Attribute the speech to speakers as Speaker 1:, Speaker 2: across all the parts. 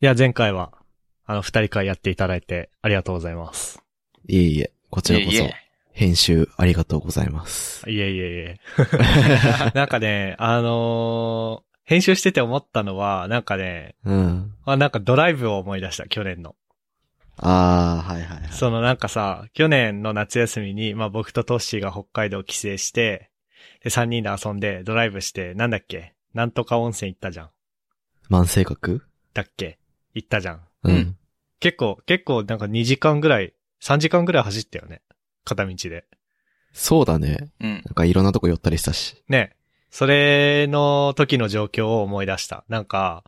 Speaker 1: いや、前回は、あの、二人会やっていただいて、ありがとうございます。
Speaker 2: いえいえ、こちらこ
Speaker 3: いえい
Speaker 2: そ
Speaker 3: え、
Speaker 2: 編集ありがとうございます。
Speaker 1: いえいえい え。なんかね、あのー編集してて思ったのは、なんかね、
Speaker 2: うん。
Speaker 1: あなんかドライブを思い出した、去年の。
Speaker 2: あー、はいはいはい。
Speaker 1: そのなんかさ、去年の夏休みに、まあ僕とトッシーが北海道帰省して、で、三人で遊んで、ドライブして、なんだっけなんとか温泉行ったじゃん。
Speaker 2: 慢性格
Speaker 1: だっけ行ったじゃん。
Speaker 2: う
Speaker 3: うん
Speaker 2: ん。
Speaker 1: 結構、結構なんか2時間ぐらい、3時間ぐらい走ったよね。片道で。
Speaker 2: そうだね。
Speaker 3: うん。
Speaker 2: なんかいろんなとこ寄ったりしたし。
Speaker 1: ね。それの時の状況を思い出した。なんか、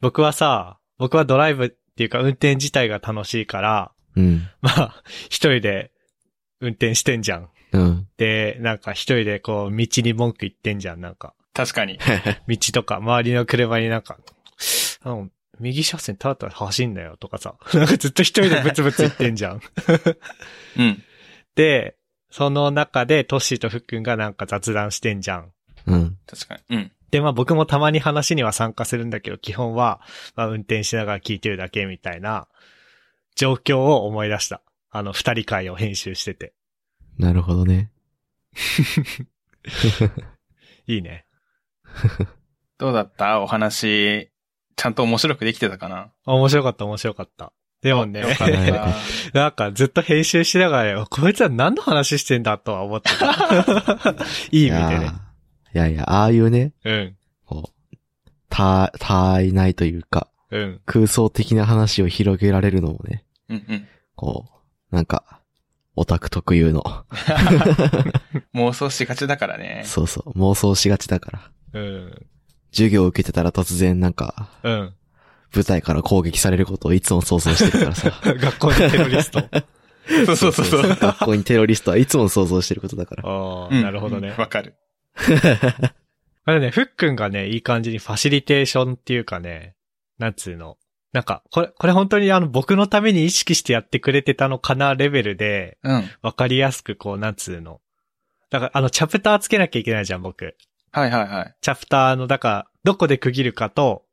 Speaker 1: 僕はさ、僕はドライブっていうか運転自体が楽しいから、
Speaker 2: うん。
Speaker 1: まあ、一人で運転してんじゃん。
Speaker 2: うん。
Speaker 1: で、なんか一人でこう、道に文句言ってんじゃん、なんか。
Speaker 3: 確 かに。
Speaker 1: 道とか、周りの車になんか、あの、右車線ただただ走んなよとかさ。 なんかずっと一人でブツブツ言ってんじゃん。
Speaker 3: うん。
Speaker 1: で、その中でトッシーとフックンがなんか雑談してんじゃん。
Speaker 2: うん。
Speaker 3: 確かに。うん。
Speaker 1: で、まあ僕もたまに話には参加するんだけど、基本は、まあ運転しながら聞いてるだけみたいな状況を思い出した。あの、二人会を編集してて。
Speaker 2: なるほどね。
Speaker 1: いいね。
Speaker 3: どうだったお話、ちゃんと面白くできてたかな
Speaker 1: 面白かった、面白かった。でもね
Speaker 3: よ、かっ
Speaker 2: はい
Speaker 3: た。
Speaker 1: なんかずっと編集しながら、こいつは何の話してんだとは思って た。いい
Speaker 2: い
Speaker 1: 意味でね
Speaker 2: や。ーいやいや、ああいうね、
Speaker 1: うん、
Speaker 2: こう、た、たあいないというか、
Speaker 1: うん、
Speaker 2: 空想的な話を広げられるのもね、
Speaker 3: うんうん。
Speaker 2: こう、なんか、オタク特有の、
Speaker 3: 妄想しがちだからね。
Speaker 2: そうそう、妄想しがちだから。
Speaker 1: うん、
Speaker 2: 授業を受けてたら突然なんか、
Speaker 1: うん。。
Speaker 2: 舞台から攻撃されることをいつも想像してるからさ
Speaker 1: 学校のテロリ スト。
Speaker 3: そうそうそうそう。
Speaker 2: 学校にテロリストはいつも想像してることだから。
Speaker 1: ああ、
Speaker 3: うん
Speaker 1: なるほどね
Speaker 3: うん。わかる。
Speaker 1: あれね、ふっくんがね、いい感じにファシリテーションっていうかね、なんつうの。なんか、これ、これ本当にあの、僕のために意識してやってくれてたのかなレベルで、
Speaker 3: うん。
Speaker 1: わかりやすくこう、なんつうの。だから、あの、チャプターつけなきゃいけないじゃん、僕。
Speaker 3: はいはいはい。
Speaker 1: チャプターの、だから、どこで区切るかと、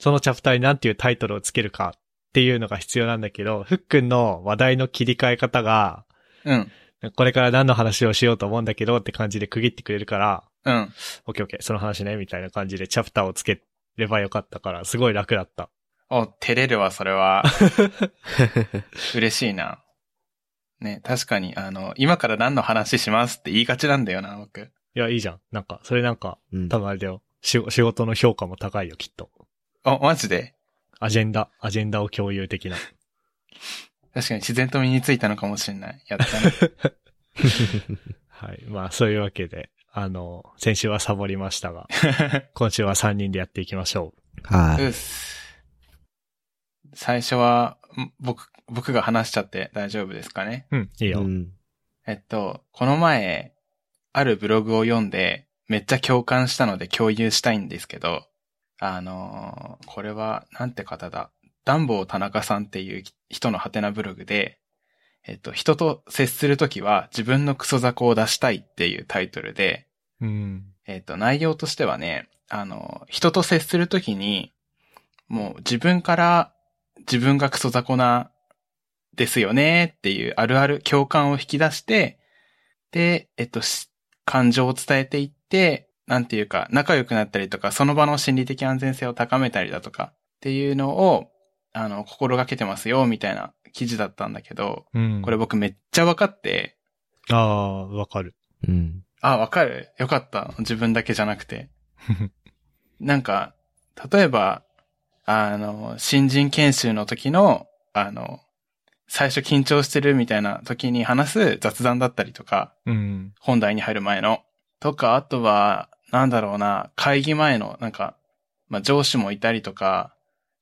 Speaker 1: そのチャプターになんていうタイトルをつけるかっていうのが必要なんだけど、ふっくんの話題の切り替え方が、
Speaker 3: うん。
Speaker 1: これから何の話をしようと思うんだけどって感じで区切ってくれるから、
Speaker 3: うん。
Speaker 1: オッケーオッケー、その話ね、みたいな感じでチャプターをつければよかったから、すごい楽だった。
Speaker 3: お、照れるわ、それは。嬉しいな。ね、確かに、あの、今から何の話しますって言いがちなんだよな、僕。
Speaker 1: いや、いいじゃん。なんか、それなんか、
Speaker 2: うん
Speaker 1: 多分あれだよ。仕仕事の評価も高いよ、きっと。
Speaker 3: お、マジで
Speaker 1: アジェンダ、アジェンダを共有的な。
Speaker 3: 確かに自然と身についたのかもしれない。やったね。
Speaker 1: はい。まあ、そういうわけで、あの、先週はサボりました が、今週は3人でやっていきましょう。
Speaker 2: は
Speaker 3: う
Speaker 2: い。
Speaker 3: っす。最初は、ん僕、僕が話しちゃって大丈夫ですかね。
Speaker 1: うん、いいよ。
Speaker 2: うん
Speaker 3: えっと、この前、あるブログを読んで、めっちゃ共感したので共有したいんですけど、あのーこれは、なんて方だ。ダンボー田中さんっていう人のハテナブログで、えっと、人と接するときは自分のクソ雑魚を出したいっていうタイトルで、
Speaker 1: うん。
Speaker 3: えっ、と、内容としてはね、あの、人と接するときに、もう自分から自分がクソ雑魚なですよねっていうあるある共感を引き出して、で、えっと、し感情を伝えていって、なんていうか、仲良くなったりとか、その場の心理的安全性を高めたりだとか、っていうのを、あの、心がけてますよ、みたいな記事だったんだけど、
Speaker 1: うん。
Speaker 3: これ。僕めっちゃ分かって、
Speaker 1: ああ、わかる。
Speaker 2: うん。
Speaker 3: あ、分かるよかった。自分だけじゃなくて。なんか、例えば、あの、新人研修の時の、あの、最初緊張してるみたいな時に話す雑談だったりとか、
Speaker 1: うん。
Speaker 3: 本題に入る前の。とか、あとは、なんだろうな、会議前の、なんか、まあ、上司もいたりとか、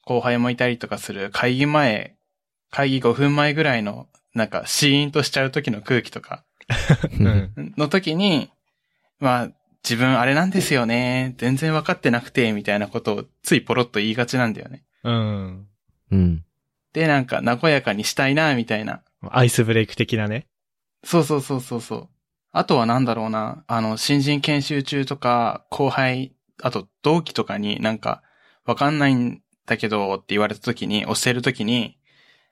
Speaker 3: 後輩もいたりとかする会議前、会議5分前ぐらいの、なんか、シーンとしちゃう時の空気とか、
Speaker 1: うん。
Speaker 3: の時に、まあ、自分あれなんですよね。全然分かってなくて、みたいなことをついポロッと言いがちなんだよね。
Speaker 1: うん。
Speaker 2: うん。
Speaker 3: で、なんか、和やかにしたいな、みたいな。
Speaker 1: アイスブレイク的なね。
Speaker 3: そうそうそうそうそう。あとはなんだろうな。あの、新人研修中とか、後輩、あと同期とかになんか、分かんないんだけどって言われた時に、教える時に、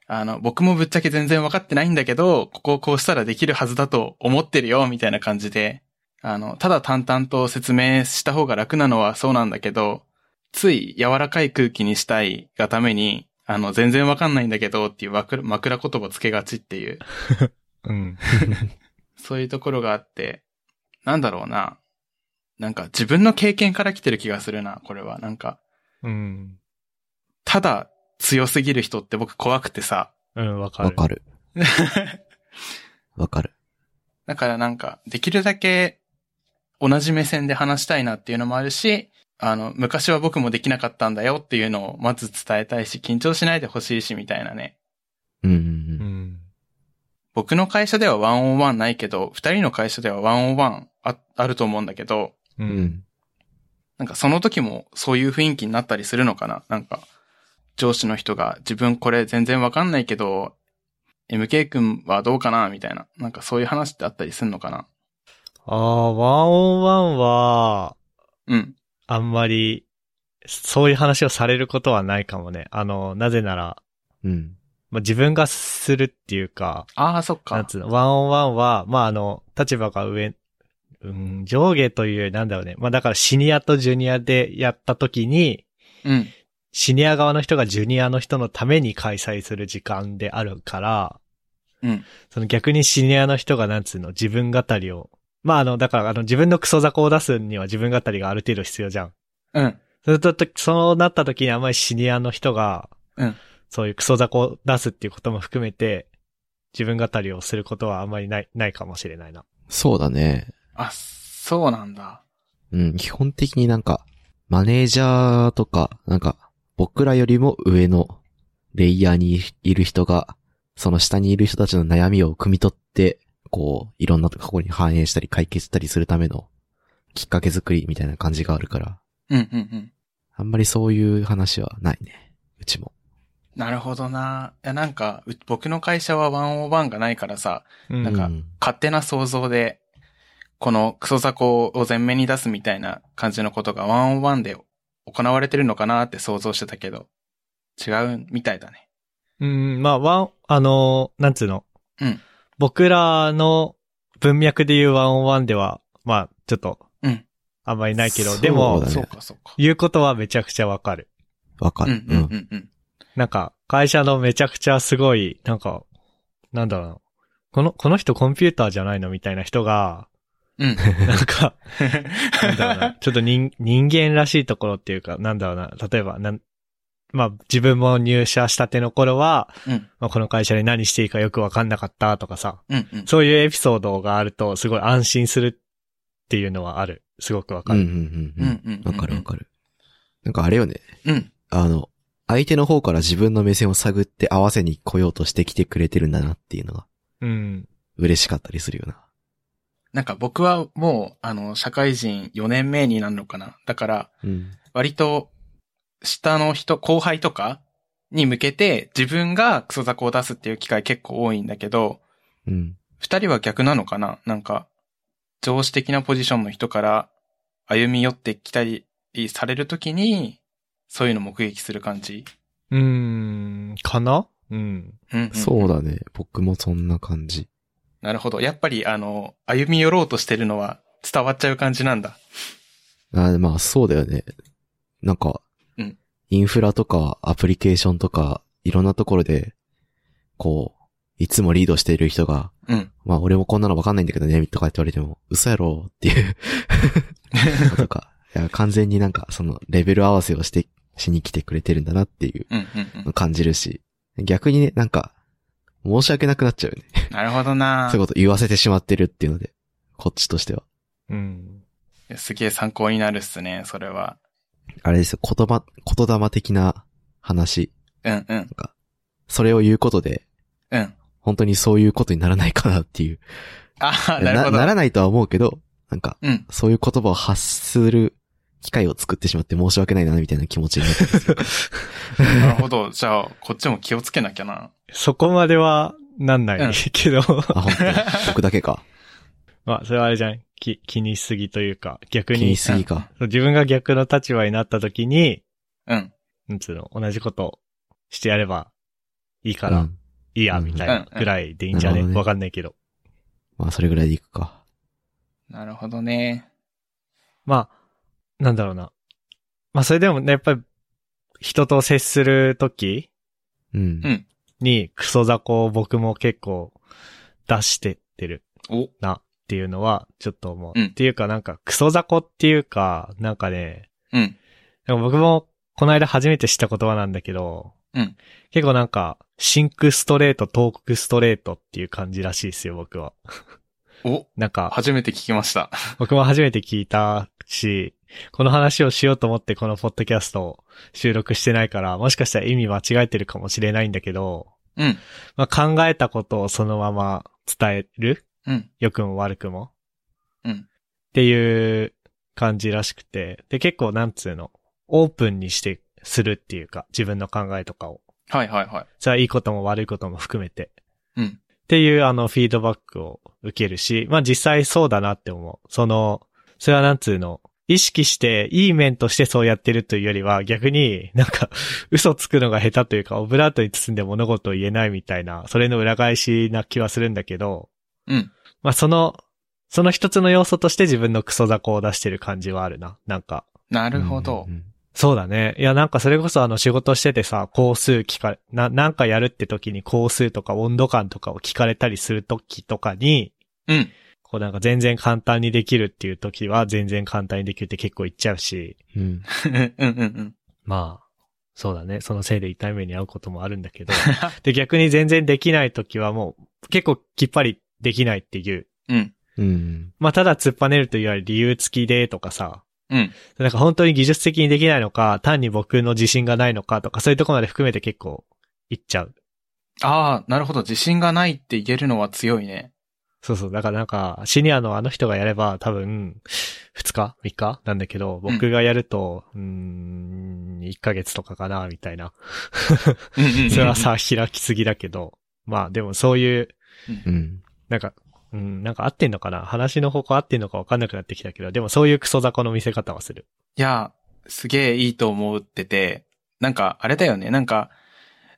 Speaker 3: あの、僕もぶっちゃけ全然分かってないんだけど、ここをこうしたらできるはずだと思ってるよ、みたいな感じで、あの、ただ淡々と説明した方が楽なのはそうなんだけど、つい柔らかい空気にしたいがために、あの、全然分かんないんだけどっていう枕枕言葉つけがちっていう、
Speaker 1: うん。
Speaker 3: そういうところがあって、なんだろうな。なんか自分の経験から来てる気がするな、これは。なんか、
Speaker 1: うん。
Speaker 3: ただ強すぎる人って僕怖くてさ。
Speaker 1: うん、わか
Speaker 2: わ
Speaker 1: る。
Speaker 2: かる。わかる。
Speaker 3: だからなんか、できるだけ同じ目線で話したいなっていうのもあるし、あの、昔は僕もできなかったんだよっていうのをまず伝えたいし、緊張しないでほしいしみたいなね。
Speaker 2: うんう
Speaker 1: うんん。
Speaker 3: 僕の会社ではワンオンワンないけど、二人の会社ではワンオンワンああると思うんだけど、
Speaker 1: う。
Speaker 2: うん。うんん。
Speaker 3: なんかその時もそういう雰囲気になったりするのかななんか、上司の人が自分これ全然わかんないけど、MK 君はどうかなみたいな。なんかそういう話ってあったりするのかな
Speaker 1: ああ、ワンオンワンは、
Speaker 3: うん。
Speaker 1: あんまり、そういう話をされることはないかもね。あの、なぜなら、
Speaker 2: うん。
Speaker 1: まあ、自分がするっていうか、
Speaker 3: ああ、そっ
Speaker 1: なん
Speaker 3: か。
Speaker 1: つうの、ワンオンワンは、まあ、あの、立場が上、うん、上下というよりなんだろうね。まあ、だからシニアとジュニアでやった時に、
Speaker 3: うん。
Speaker 1: シニア側の人がジュニアの人のために開催する時間であるから、
Speaker 3: うん。
Speaker 1: その逆にシニアの人がなんつうの、自分語りを、まあ、あの、だからあの、自分のクソ雑魚を出すには自分語りがある程度必要じゃん。
Speaker 3: うん。
Speaker 1: それと、そうなった時にあんまりシニアの人が、
Speaker 3: うん
Speaker 1: そういうクソ雑魚を出すっていうことも含めて、自分語りをすることはあんまりない、ないかもしれないな。
Speaker 2: そうだね。
Speaker 3: あ、そうなんだ。
Speaker 2: うん。基本的になんか、マネージャーとか、なんか、僕らよりも上のレイヤーにいる人が、その下にいる人たちの悩みを汲み取って、こう、いろんなところに反映したり解決したりするためのきっかけ作りみたいな感じがあるから、
Speaker 3: うん、うん、うん。
Speaker 2: あんまりそういう話はないね。うちも。
Speaker 3: なるほどな。いや、なんか、う僕の会社はワンオンワンがないからさ、
Speaker 1: うん
Speaker 3: なんか
Speaker 2: うん
Speaker 3: 勝手な想像で、このクソ雑魚を前面に出すみたいな感じのことがワンオンワンで行われてるのかなって想像してたけど、違うみたいだね。
Speaker 1: うん、まあ、ワン、あのーなんつうの。
Speaker 3: うん
Speaker 1: 僕らの文脈で言うワンオンワンでは、まあ、ちょっと、
Speaker 3: うん
Speaker 1: あんまりないけど、
Speaker 2: そう
Speaker 1: で
Speaker 2: そ
Speaker 1: も
Speaker 2: だ、ね
Speaker 3: そうか、そうか。
Speaker 1: 言うことはめちゃくちゃわかる。
Speaker 2: わか
Speaker 3: う
Speaker 2: る。
Speaker 3: ん、うん、うん、うん。
Speaker 1: なんか、会社のめちゃくちゃすごい、なんか、なんだろうな。この、この人コンピューターじゃないのみたいな人が、
Speaker 3: うん。
Speaker 1: なんか、なんだろう な。ちょっと人、人間らしいところっていうか、なんだろうな。例えば、なん、まあ、自分も入社したての頃は、
Speaker 3: うん、
Speaker 1: まあ、この会社で何していいかよくわかんなかったとかさ、
Speaker 3: うん、うん。
Speaker 1: そういうエピソードがあると、すごい安心するっていうのはある。すごくわか
Speaker 2: うん。うん
Speaker 1: る。
Speaker 2: うんう
Speaker 3: うん
Speaker 2: ん
Speaker 3: うんうん
Speaker 2: うん。わかるわかる。なんかあれよね。
Speaker 3: うん。
Speaker 2: あの、相手の方から自分の目線を探って合わせに来ようとしてきてくれてるんだなっていうのが
Speaker 1: うん。
Speaker 2: 嬉しかったりするよな。
Speaker 3: なんか僕はもう、あの、社会人4年目になるのかな。だから、
Speaker 2: うん。
Speaker 3: 割と、下の人、後輩とかに向けて自分がクソ雑魚を出すっていう機会結構多いんだけど、
Speaker 2: うん。
Speaker 3: 二人は逆なのかななんか、上司的なポジションの人から歩み寄ってきたりされるときに、そういうの目撃する感じ。
Speaker 1: うーん、かなうん。
Speaker 3: うん、うん。
Speaker 2: そうだね。僕もそんな感じ。
Speaker 3: なるほど。やっぱり、あの、歩み寄ろうとしてるのは伝わっちゃう感じなんだ。
Speaker 2: あまあそうだよね。なんか、
Speaker 3: うん
Speaker 2: インフラとかアプリケーションとか、いろんなところで、こう、いつもリードしている人が、
Speaker 3: うん。
Speaker 2: まあ俺もこんなのわかんないんだけどね、とかって言われても、嘘やろって いうのとか、いや完全になんかそのレベル合わせをして、しに来てくれてるんだなっていう
Speaker 3: うん、うん、うん。
Speaker 2: 感じるし、逆にね、なんか、申し訳なくなっちゃうよね。
Speaker 3: なるほど な
Speaker 2: そういうこと言わせてしまってるっていうので、こっちとしては。
Speaker 1: うん。
Speaker 3: いやすげえ参考になるっすね、それは。
Speaker 2: あれですよ、言葉、言霊的な話。
Speaker 3: うんうん、
Speaker 2: それを言うことで、
Speaker 3: うん。
Speaker 2: 本当にそういうことにならないかなっていう。
Speaker 3: ああ、なるほど。
Speaker 2: らないとは思うけど、なんか、
Speaker 3: うん。
Speaker 2: そういう言葉を発する機会を作ってしまって申し訳ないな、みたいな気持ちにな ってますよ
Speaker 3: なるほど。じゃあ、こっちも気をつけなきゃな。
Speaker 1: そこまでは、なんな
Speaker 3: うん
Speaker 1: いけど、
Speaker 2: あ、本当に僕だけ か。
Speaker 1: まあ、それはあれじゃん。き、気にしすぎというか、逆
Speaker 2: 気
Speaker 1: に
Speaker 2: にし、すぎか。
Speaker 1: 自分が逆の立場になった時に、
Speaker 3: うん。
Speaker 1: なんつうの、同じことしてやればいいか
Speaker 2: う
Speaker 1: ら、
Speaker 2: ん
Speaker 1: いいや、みたいなぐらいでいいんじゃね
Speaker 2: うんうん
Speaker 1: わかんないけど。
Speaker 2: まあ、それぐらいでいくか。
Speaker 3: なるほどね。
Speaker 1: まあ、なんだろうな。まあそれでもね、やっぱり、人と接するとき
Speaker 2: うん。
Speaker 3: うん
Speaker 1: にクソ雑魚を僕も結構出してってる
Speaker 3: お、
Speaker 1: なっていうのはちょっと思う。
Speaker 3: うん
Speaker 1: っていうかなんかクソ雑魚っていうか、なんかね、
Speaker 3: うん。
Speaker 1: なんか僕もこの間初めて知った言葉なんだけど、
Speaker 3: うん
Speaker 1: 結構なんか、シンクストレート、トークストレートっていう感じらしいですよ、僕は。
Speaker 3: お、
Speaker 1: なんか、
Speaker 3: 初めて聞きました。
Speaker 1: 僕も初めて聞いたし、この話をしようと思ってこのポッドキャストを収録してないから、もしかしたら意味間違えてるかもしれないんだけど、
Speaker 3: うん。
Speaker 1: まあ、考えたことをそのまま伝える
Speaker 3: うん。
Speaker 1: 良くも悪くも
Speaker 3: うん。
Speaker 1: っていう感じらしくて。で、結構なんつうの、オープンにして、するっていうか、自分の考えとかを。
Speaker 3: はいはいは
Speaker 1: それはいいことも悪いことも含めて。
Speaker 3: い。うん。
Speaker 1: っていう、あの、フィードバックを受けるし、まあ実際そうだなって思う。その、それはなんつうの、意識して、いい面としてそうやってるというよりは、逆になんか、 嘘つくのが下手というか、オブラートに包んで物事を言えないみたいな、それの裏返しな気はするんだけど、
Speaker 3: うん。
Speaker 1: まあその、その一つの要素として自分のクソ雑魚を出してる感じはあるな。なんか、
Speaker 3: な
Speaker 2: な
Speaker 3: るほど。
Speaker 1: そうだね。いや、なんかそれこそあの仕事しててさ、工数聞かれ、な、なんかやるって時に工数とか温度感とかを聞かれたりする時とかに、
Speaker 3: うん。
Speaker 1: こうなんか全然簡単にできるっていう時は全然簡単にできるって結構言っちゃうし、
Speaker 2: うん。
Speaker 3: うんうんうん。
Speaker 1: まあ、そうだね。そのせいで痛い目に遭うこともあるんだけど、で逆に全然できない時はもう結構きっぱりできないっていう。
Speaker 3: うん。
Speaker 2: うん。
Speaker 1: まあただ突っぱねるというより理由付きでとかさ、
Speaker 3: うん。
Speaker 1: なんか本当に技術的にできないのか、単に僕の自信がないのかとか、そういうところまで含めて結構いっちゃう。
Speaker 3: ああ、なるほど。自信がないって言えるのは強いね。
Speaker 1: そうそう。だからなんか、シニアのあの人がやれば多分、2日 ?3 日なんだけど、僕がやると、うーん、1ヶ月とかかな、みたいな。
Speaker 3: うん うんうんうん
Speaker 1: それはさ、開きすぎだけど。まあでもそういう、
Speaker 2: うん。
Speaker 1: なんか、うん、なんか合ってんのかな話の方向合ってんのか分かんなくなってきたけど、でもそういうクソ雑魚の見せ方はする。
Speaker 3: いや、すげえいいと思ってて、なんか、あれだよね、なんか、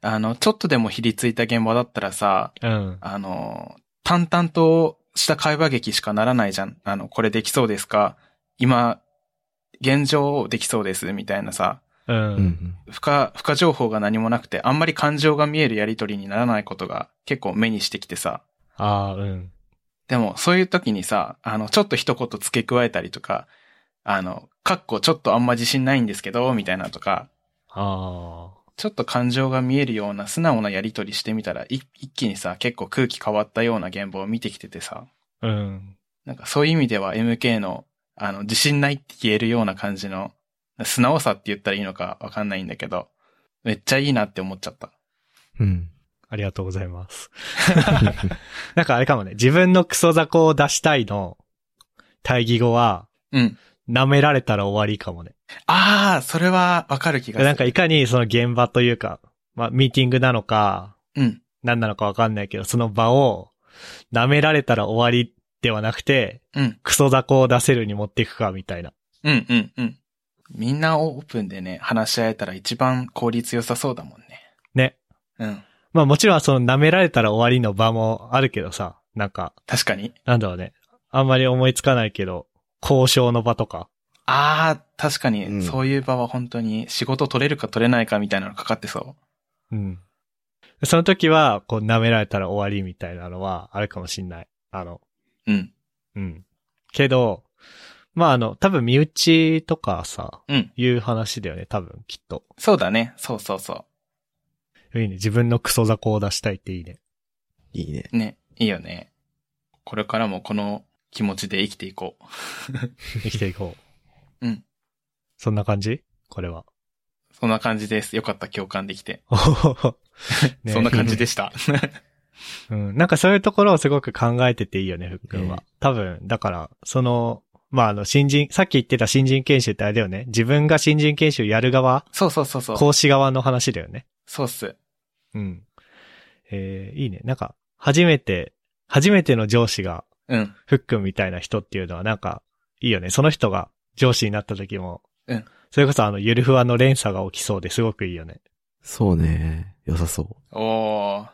Speaker 3: あの、ちょっとでもひりついた現場だったらさ、
Speaker 1: うん。
Speaker 3: あの、淡々とした会話劇しかならないじゃん。あの、これできそうですか今、現状できそうです、みたいなさ、
Speaker 1: う。
Speaker 2: うんん。
Speaker 3: 不可、不可情報が何もなくて、あんまり感情が見えるやりとりにならないことが結構目にしてきてさ、
Speaker 1: ああ、うん。
Speaker 3: でも、そういう時にさ、あの、ちょっと一言付け加えたりとか、あの、かっこちょっとあんま自信ないんですけど、みたいなとか、
Speaker 1: ああ。
Speaker 3: ちょっと感情が見えるような素直なやりとりしてみたら、い一気にさ、結構空気変わったような現場を見てきててさ、
Speaker 1: うん。
Speaker 3: なんかそういう意味では MK の、あの、自信ないって言えるような感じの、素直さって言ったらいいのかわかんないんだけど、めっちゃいいなって思っちゃった。
Speaker 2: うん。
Speaker 1: ありがとうございます。なんかあれかもね、自分のクソ雑魚を出したいの、対義語は、
Speaker 3: うん。
Speaker 1: 舐められたら終わりかもね。
Speaker 3: ああ、それはわかる気がする。
Speaker 1: なんかいかにその現場というか、まあ、ミーティングなのか、
Speaker 3: うん。
Speaker 1: 何なのかわかんないけど、その場を、舐められたら終わりではなくて、
Speaker 3: うん。
Speaker 1: クソ雑魚を出せるに持っていくか、みたいな。
Speaker 3: うん、うん、うん。みんなオープンでね、話し合えたら一番効率良さそうだもんね。
Speaker 1: ね。
Speaker 3: うん。
Speaker 1: まあもちろんその舐められたら終わりの場もあるけどさ、なんか、
Speaker 3: 確かに。
Speaker 1: なんだろうね。あんまり思いつかないけど、交渉の場とか。
Speaker 3: ああ、確か
Speaker 2: う
Speaker 3: に、
Speaker 2: ん
Speaker 3: そういう場は本当に仕事取れるか取れないかみたいなのかかってそ
Speaker 1: うん。その時は、こう、舐められたら終わりみたいなのは、あるかもしんない。あの、
Speaker 3: う。うん。
Speaker 1: うん。けど、まあ、あの、多分、身内とかさ、
Speaker 3: うん。
Speaker 1: いう話だよね、多分、きっと。
Speaker 3: そうだね。そうそうそ
Speaker 1: いいね。自分のクソ雑魚を出したいっていいね。
Speaker 2: いいね。
Speaker 3: う。ね。いいよね。これからもこの気持ちで生きていこう。
Speaker 1: 生きていこう。
Speaker 3: うん。
Speaker 1: そんな感じこれは。
Speaker 3: そんな感じです。よかった。共感できて。
Speaker 1: おほほね
Speaker 3: そんな感じ でした。
Speaker 1: うん。なんかそういうところをすごく考えてていいよね、ふっくんは。
Speaker 2: ね
Speaker 1: 多分、だから、その、まあ、あの、新人、さっき言ってた新人研修ってあれだよね。自分が新人研修やる側、
Speaker 3: そうそうそうそう。
Speaker 1: 講師側の話だよね。
Speaker 3: そうっす。
Speaker 1: うん。えー、いいね。なんか、初めて、初めての上司が、
Speaker 3: うん。
Speaker 1: ふっくんみたいな人っていうのはなんか、いいよね。その人が上司になった時も、
Speaker 3: うん
Speaker 1: それこそあの、ゆるふわの連鎖が起きそうですごくいいよね。
Speaker 2: そうね。良さそ
Speaker 3: おー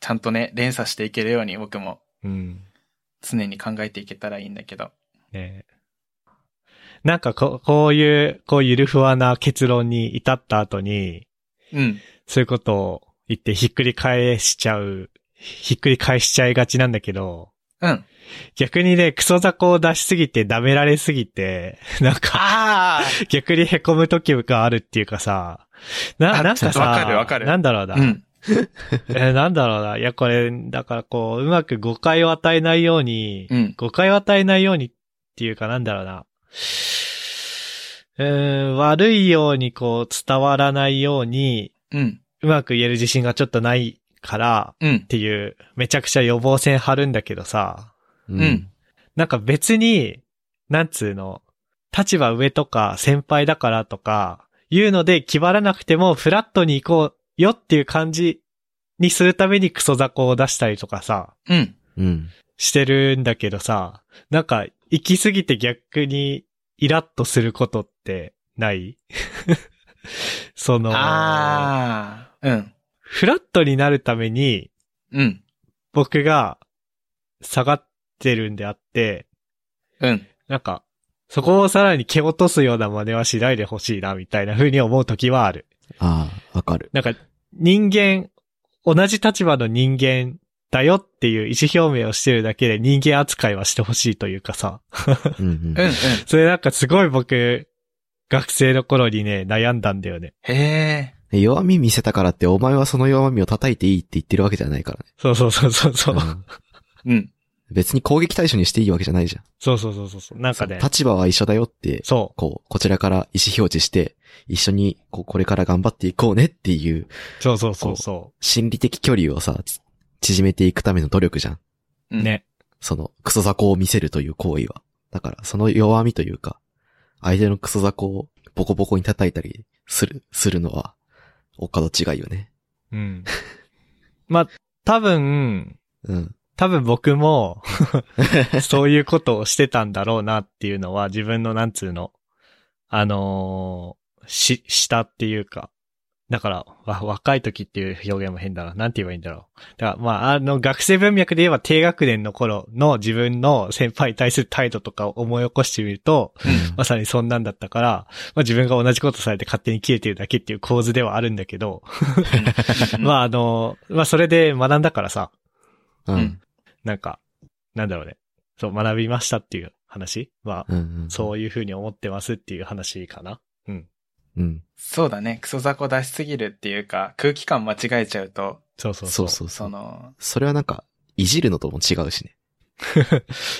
Speaker 3: ちゃんとね、連鎖していけるように僕も
Speaker 1: うん。
Speaker 3: 常に考えていけたらいいんだけど。
Speaker 1: ねえなんかこ、こういう、こうゆるふわな結論に至った後に、
Speaker 3: うん。
Speaker 1: そういうことを言ってひっくり返しちゃう、ひっくり返しちゃいがちなんだけど、
Speaker 3: うん。
Speaker 1: 逆にね、クソ雑魚を出しすぎて、ダメられすぎて、 なんか、
Speaker 3: あ
Speaker 1: 逆に凹む時があるっていうかさ、な、
Speaker 3: あ
Speaker 1: なんかさ、
Speaker 3: わかるわかる
Speaker 1: なんだろうな。
Speaker 3: あうん。
Speaker 1: えーなんだろうな。いや、これ、だからこう、うまく誤解を与えないように、
Speaker 3: うん。
Speaker 1: 誤解を与えないようにっていうかなんだろうな。うーん、悪いようにこう伝わらないように、
Speaker 3: うん。
Speaker 1: うまく言える自信がちょっとないから
Speaker 3: う
Speaker 1: っ
Speaker 3: ん。
Speaker 1: ていう、めちゃくちゃ予防線張るんだけどさ、
Speaker 2: う。う
Speaker 3: うん。
Speaker 1: なんか別に、なんつうの、立場上とか先輩だからとか、言うので気張らなくてもフラットに行こうよっていう感じにするためにクソ雑魚を出したりとかさ、
Speaker 3: うん。
Speaker 2: うん。
Speaker 1: してるんだけどさ、なんか、行き過ぎて逆にイラッとすることってない その、
Speaker 3: ああ。うん。
Speaker 1: フラットになるために
Speaker 3: うん。
Speaker 1: 僕が下がってるんであって、
Speaker 3: うん。
Speaker 1: なんか、そこをさらに蹴落とすような真似はしないでほしいな、みたいな風に思う時はある。
Speaker 2: ああ、わ かる。
Speaker 1: なんか、人間、同じ立場の人間だよっていう意思表明をしてるだけで人間扱いはしてほしいというかさ。
Speaker 2: うんうん
Speaker 3: うん。うん。
Speaker 1: それなんかすごい僕、学生の頃にね、悩んだんだよね。
Speaker 3: へえ。
Speaker 2: で弱み見せたからって、お前はその弱みを叩いていいって言ってるわけじゃないからね。
Speaker 1: そうそうそうそうそう。
Speaker 2: うん
Speaker 3: うん。
Speaker 2: 別に攻撃対象にしていいわけじゃないじゃん。
Speaker 1: そうそうそうそうそう。なんかね、
Speaker 2: 立場は一緒だよって、
Speaker 1: そ
Speaker 2: こう、こちらから意思表示して、一緒に、こう、これから頑張っていこうねっていう、
Speaker 1: う。そうそうそうそ
Speaker 2: 心理的距離をさ、つ縮めていくための努力じゃん。
Speaker 3: う
Speaker 1: う。
Speaker 3: ん。
Speaker 1: ね。
Speaker 2: その、クソ雑魚を見せるという行為は。だから、その弱みというか、相手のクソ雑魚をボコボコに叩いたりする、するのは、おかど違いよね。
Speaker 1: うん。まあ、多分、
Speaker 2: うん。
Speaker 1: 多分僕も、 そういうことをしてたんだろうなっていうのは、自分のなんつうの、あのーし、したっていうか、だから、わ、若い時っていう表現も変だな。なんて言えばいいんだろう。だから、まあ、あの、学生文脈で言えば低学年の頃の自分の先輩に対する態度とかを思い起こしてみると、まさにそんなんだったから、まあ自分が同じことされて勝手に消えてるだけっていう構図ではあるんだけど、
Speaker 3: うん
Speaker 1: まああの、まあそれで学んだからさ、
Speaker 2: う
Speaker 3: うんん。。
Speaker 1: なんか、なんだろうね。そう、学びましたっていう話は、
Speaker 2: うん。うん
Speaker 1: そういうふうに思ってますっていう話かな。
Speaker 2: う。うん。
Speaker 3: そうだね。クソ雑魚出しすぎるっていうか、空気感間違えちゃうと、
Speaker 1: そうそうそ。
Speaker 2: そううそうそ。
Speaker 3: そうの、
Speaker 2: それはなんか、いじるのとも違うしね。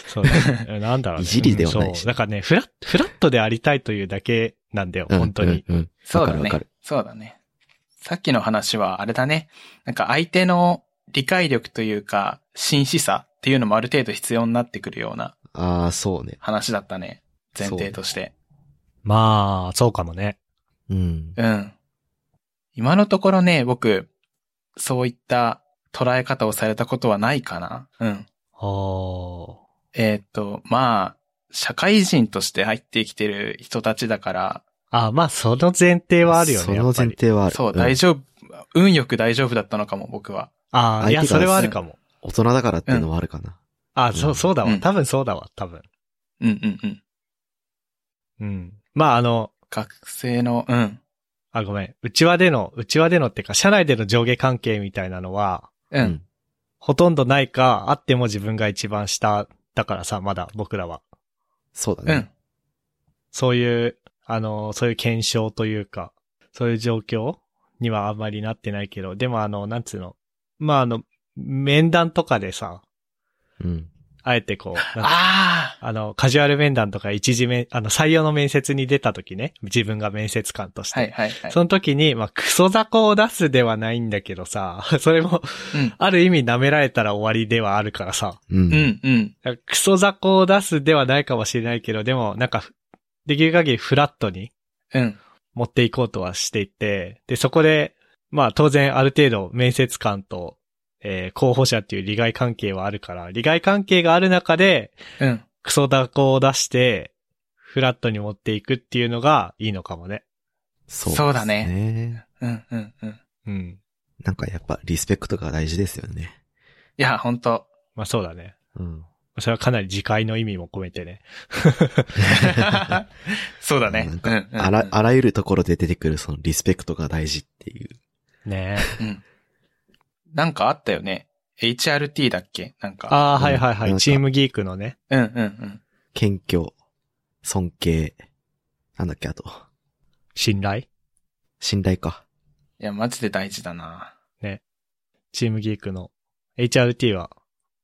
Speaker 1: そうねうんなんだろうね。
Speaker 2: いじりではないし
Speaker 1: そう。だからね、フラッ、フラットでありたいというだけなんだよ、
Speaker 2: うん
Speaker 1: 本当に。。
Speaker 2: うんうん。
Speaker 3: そうだ
Speaker 2: わ
Speaker 3: ね
Speaker 2: かるわかる。
Speaker 3: そうだね。さっきの話はあれだね。なんか相手の理解力というか、真摯さっていうのもある程度必要になってくるような
Speaker 2: ああ、そうね。
Speaker 3: 話だったね。前提として。
Speaker 1: まあ、そうかもね。
Speaker 2: うん。
Speaker 3: うん。今のところね、僕、そういった捉え方をされたことはないかな。うん。
Speaker 1: おー。
Speaker 3: えーっと、まあ、社会人として入ってきてる人たちだから、
Speaker 1: あ、まあ、その前提はあるよね。
Speaker 2: その
Speaker 1: やっぱ
Speaker 2: 前
Speaker 1: り
Speaker 2: 提はある。
Speaker 3: そう、
Speaker 2: ん
Speaker 3: 大丈夫、運よく大丈夫だったのかも、僕は。
Speaker 1: ああ、いや、
Speaker 2: 相手
Speaker 1: そ
Speaker 2: が
Speaker 1: れはあるかも。
Speaker 2: 大人だからっていうのはあるかな。
Speaker 1: あそうう、
Speaker 2: ん
Speaker 1: そうだ
Speaker 3: う
Speaker 1: わ。
Speaker 3: ん
Speaker 1: 多分そうだわ、多分。
Speaker 3: うんうんうん。
Speaker 1: うん。まあ、あの、
Speaker 3: 学生の、うん。
Speaker 1: あ、ごめん。内輪での、内輪でのってか、社内での上下関係みたいなのは、
Speaker 3: うん。
Speaker 2: うん
Speaker 1: ほとんどないか、あっても自分が一番下だからさ、まだ僕らは。
Speaker 2: そうだ
Speaker 3: う
Speaker 2: ね
Speaker 3: ん。。
Speaker 1: そういう、あの、そういう検証というか、そういう状況にはあんまりなってないけど、でもあの、なんつうの。まあ、あの、面談とかでさ、
Speaker 2: うん。
Speaker 1: あえて こう、なんつうの
Speaker 3: ああ
Speaker 1: あの、カジュアル面談とか一時面、あの、採用の面接に出た時ね、自分が面接官として。
Speaker 3: はいはいはい。
Speaker 1: その時に、まあ、クソ雑魚を出すではないんだけどさ、それも、
Speaker 3: うん。
Speaker 1: ある意味舐められたら終わりではあるからさ、
Speaker 2: うん。
Speaker 3: う。んうん。
Speaker 1: クソ雑魚を出すではないかもしれないけど、でも、なんか、できる限りフラットに
Speaker 3: うん。
Speaker 1: 持っていこうとはしていて、で、そこで、まあ、当然ある程度面接官と、えー候補者っていう利害関係はあるから、利害関係がある中で、
Speaker 3: うん。
Speaker 1: クソダコを出して、フラットに持っていくっていうのがいいのかもね。
Speaker 2: そう
Speaker 3: そうだね
Speaker 2: ね。
Speaker 3: うんうんうん。い
Speaker 1: うん。
Speaker 2: なんかやっぱリスペクトが大事ですよね。
Speaker 3: や、ほ んと。
Speaker 1: まあそうだね。
Speaker 2: うん。
Speaker 1: それはかなり自戒の意味も込めてね。
Speaker 3: そうだね
Speaker 2: なん。
Speaker 3: う
Speaker 2: か
Speaker 3: んうんうん
Speaker 2: あら、あらゆるところで出てくるそのリスペクトが大事っていう。
Speaker 1: ねえ。
Speaker 3: うん。なんかあったよね。HRT だっけなんか。
Speaker 1: ああ、
Speaker 2: うん
Speaker 1: はいはいは。
Speaker 2: ないんか
Speaker 1: チームギークのね。
Speaker 3: うんうんうん。
Speaker 2: 謙虚、尊敬、なんだっけ、あと、
Speaker 1: 信頼
Speaker 2: 信頼か。
Speaker 3: いや、マジで大事だな。
Speaker 1: チームギークの HRT は、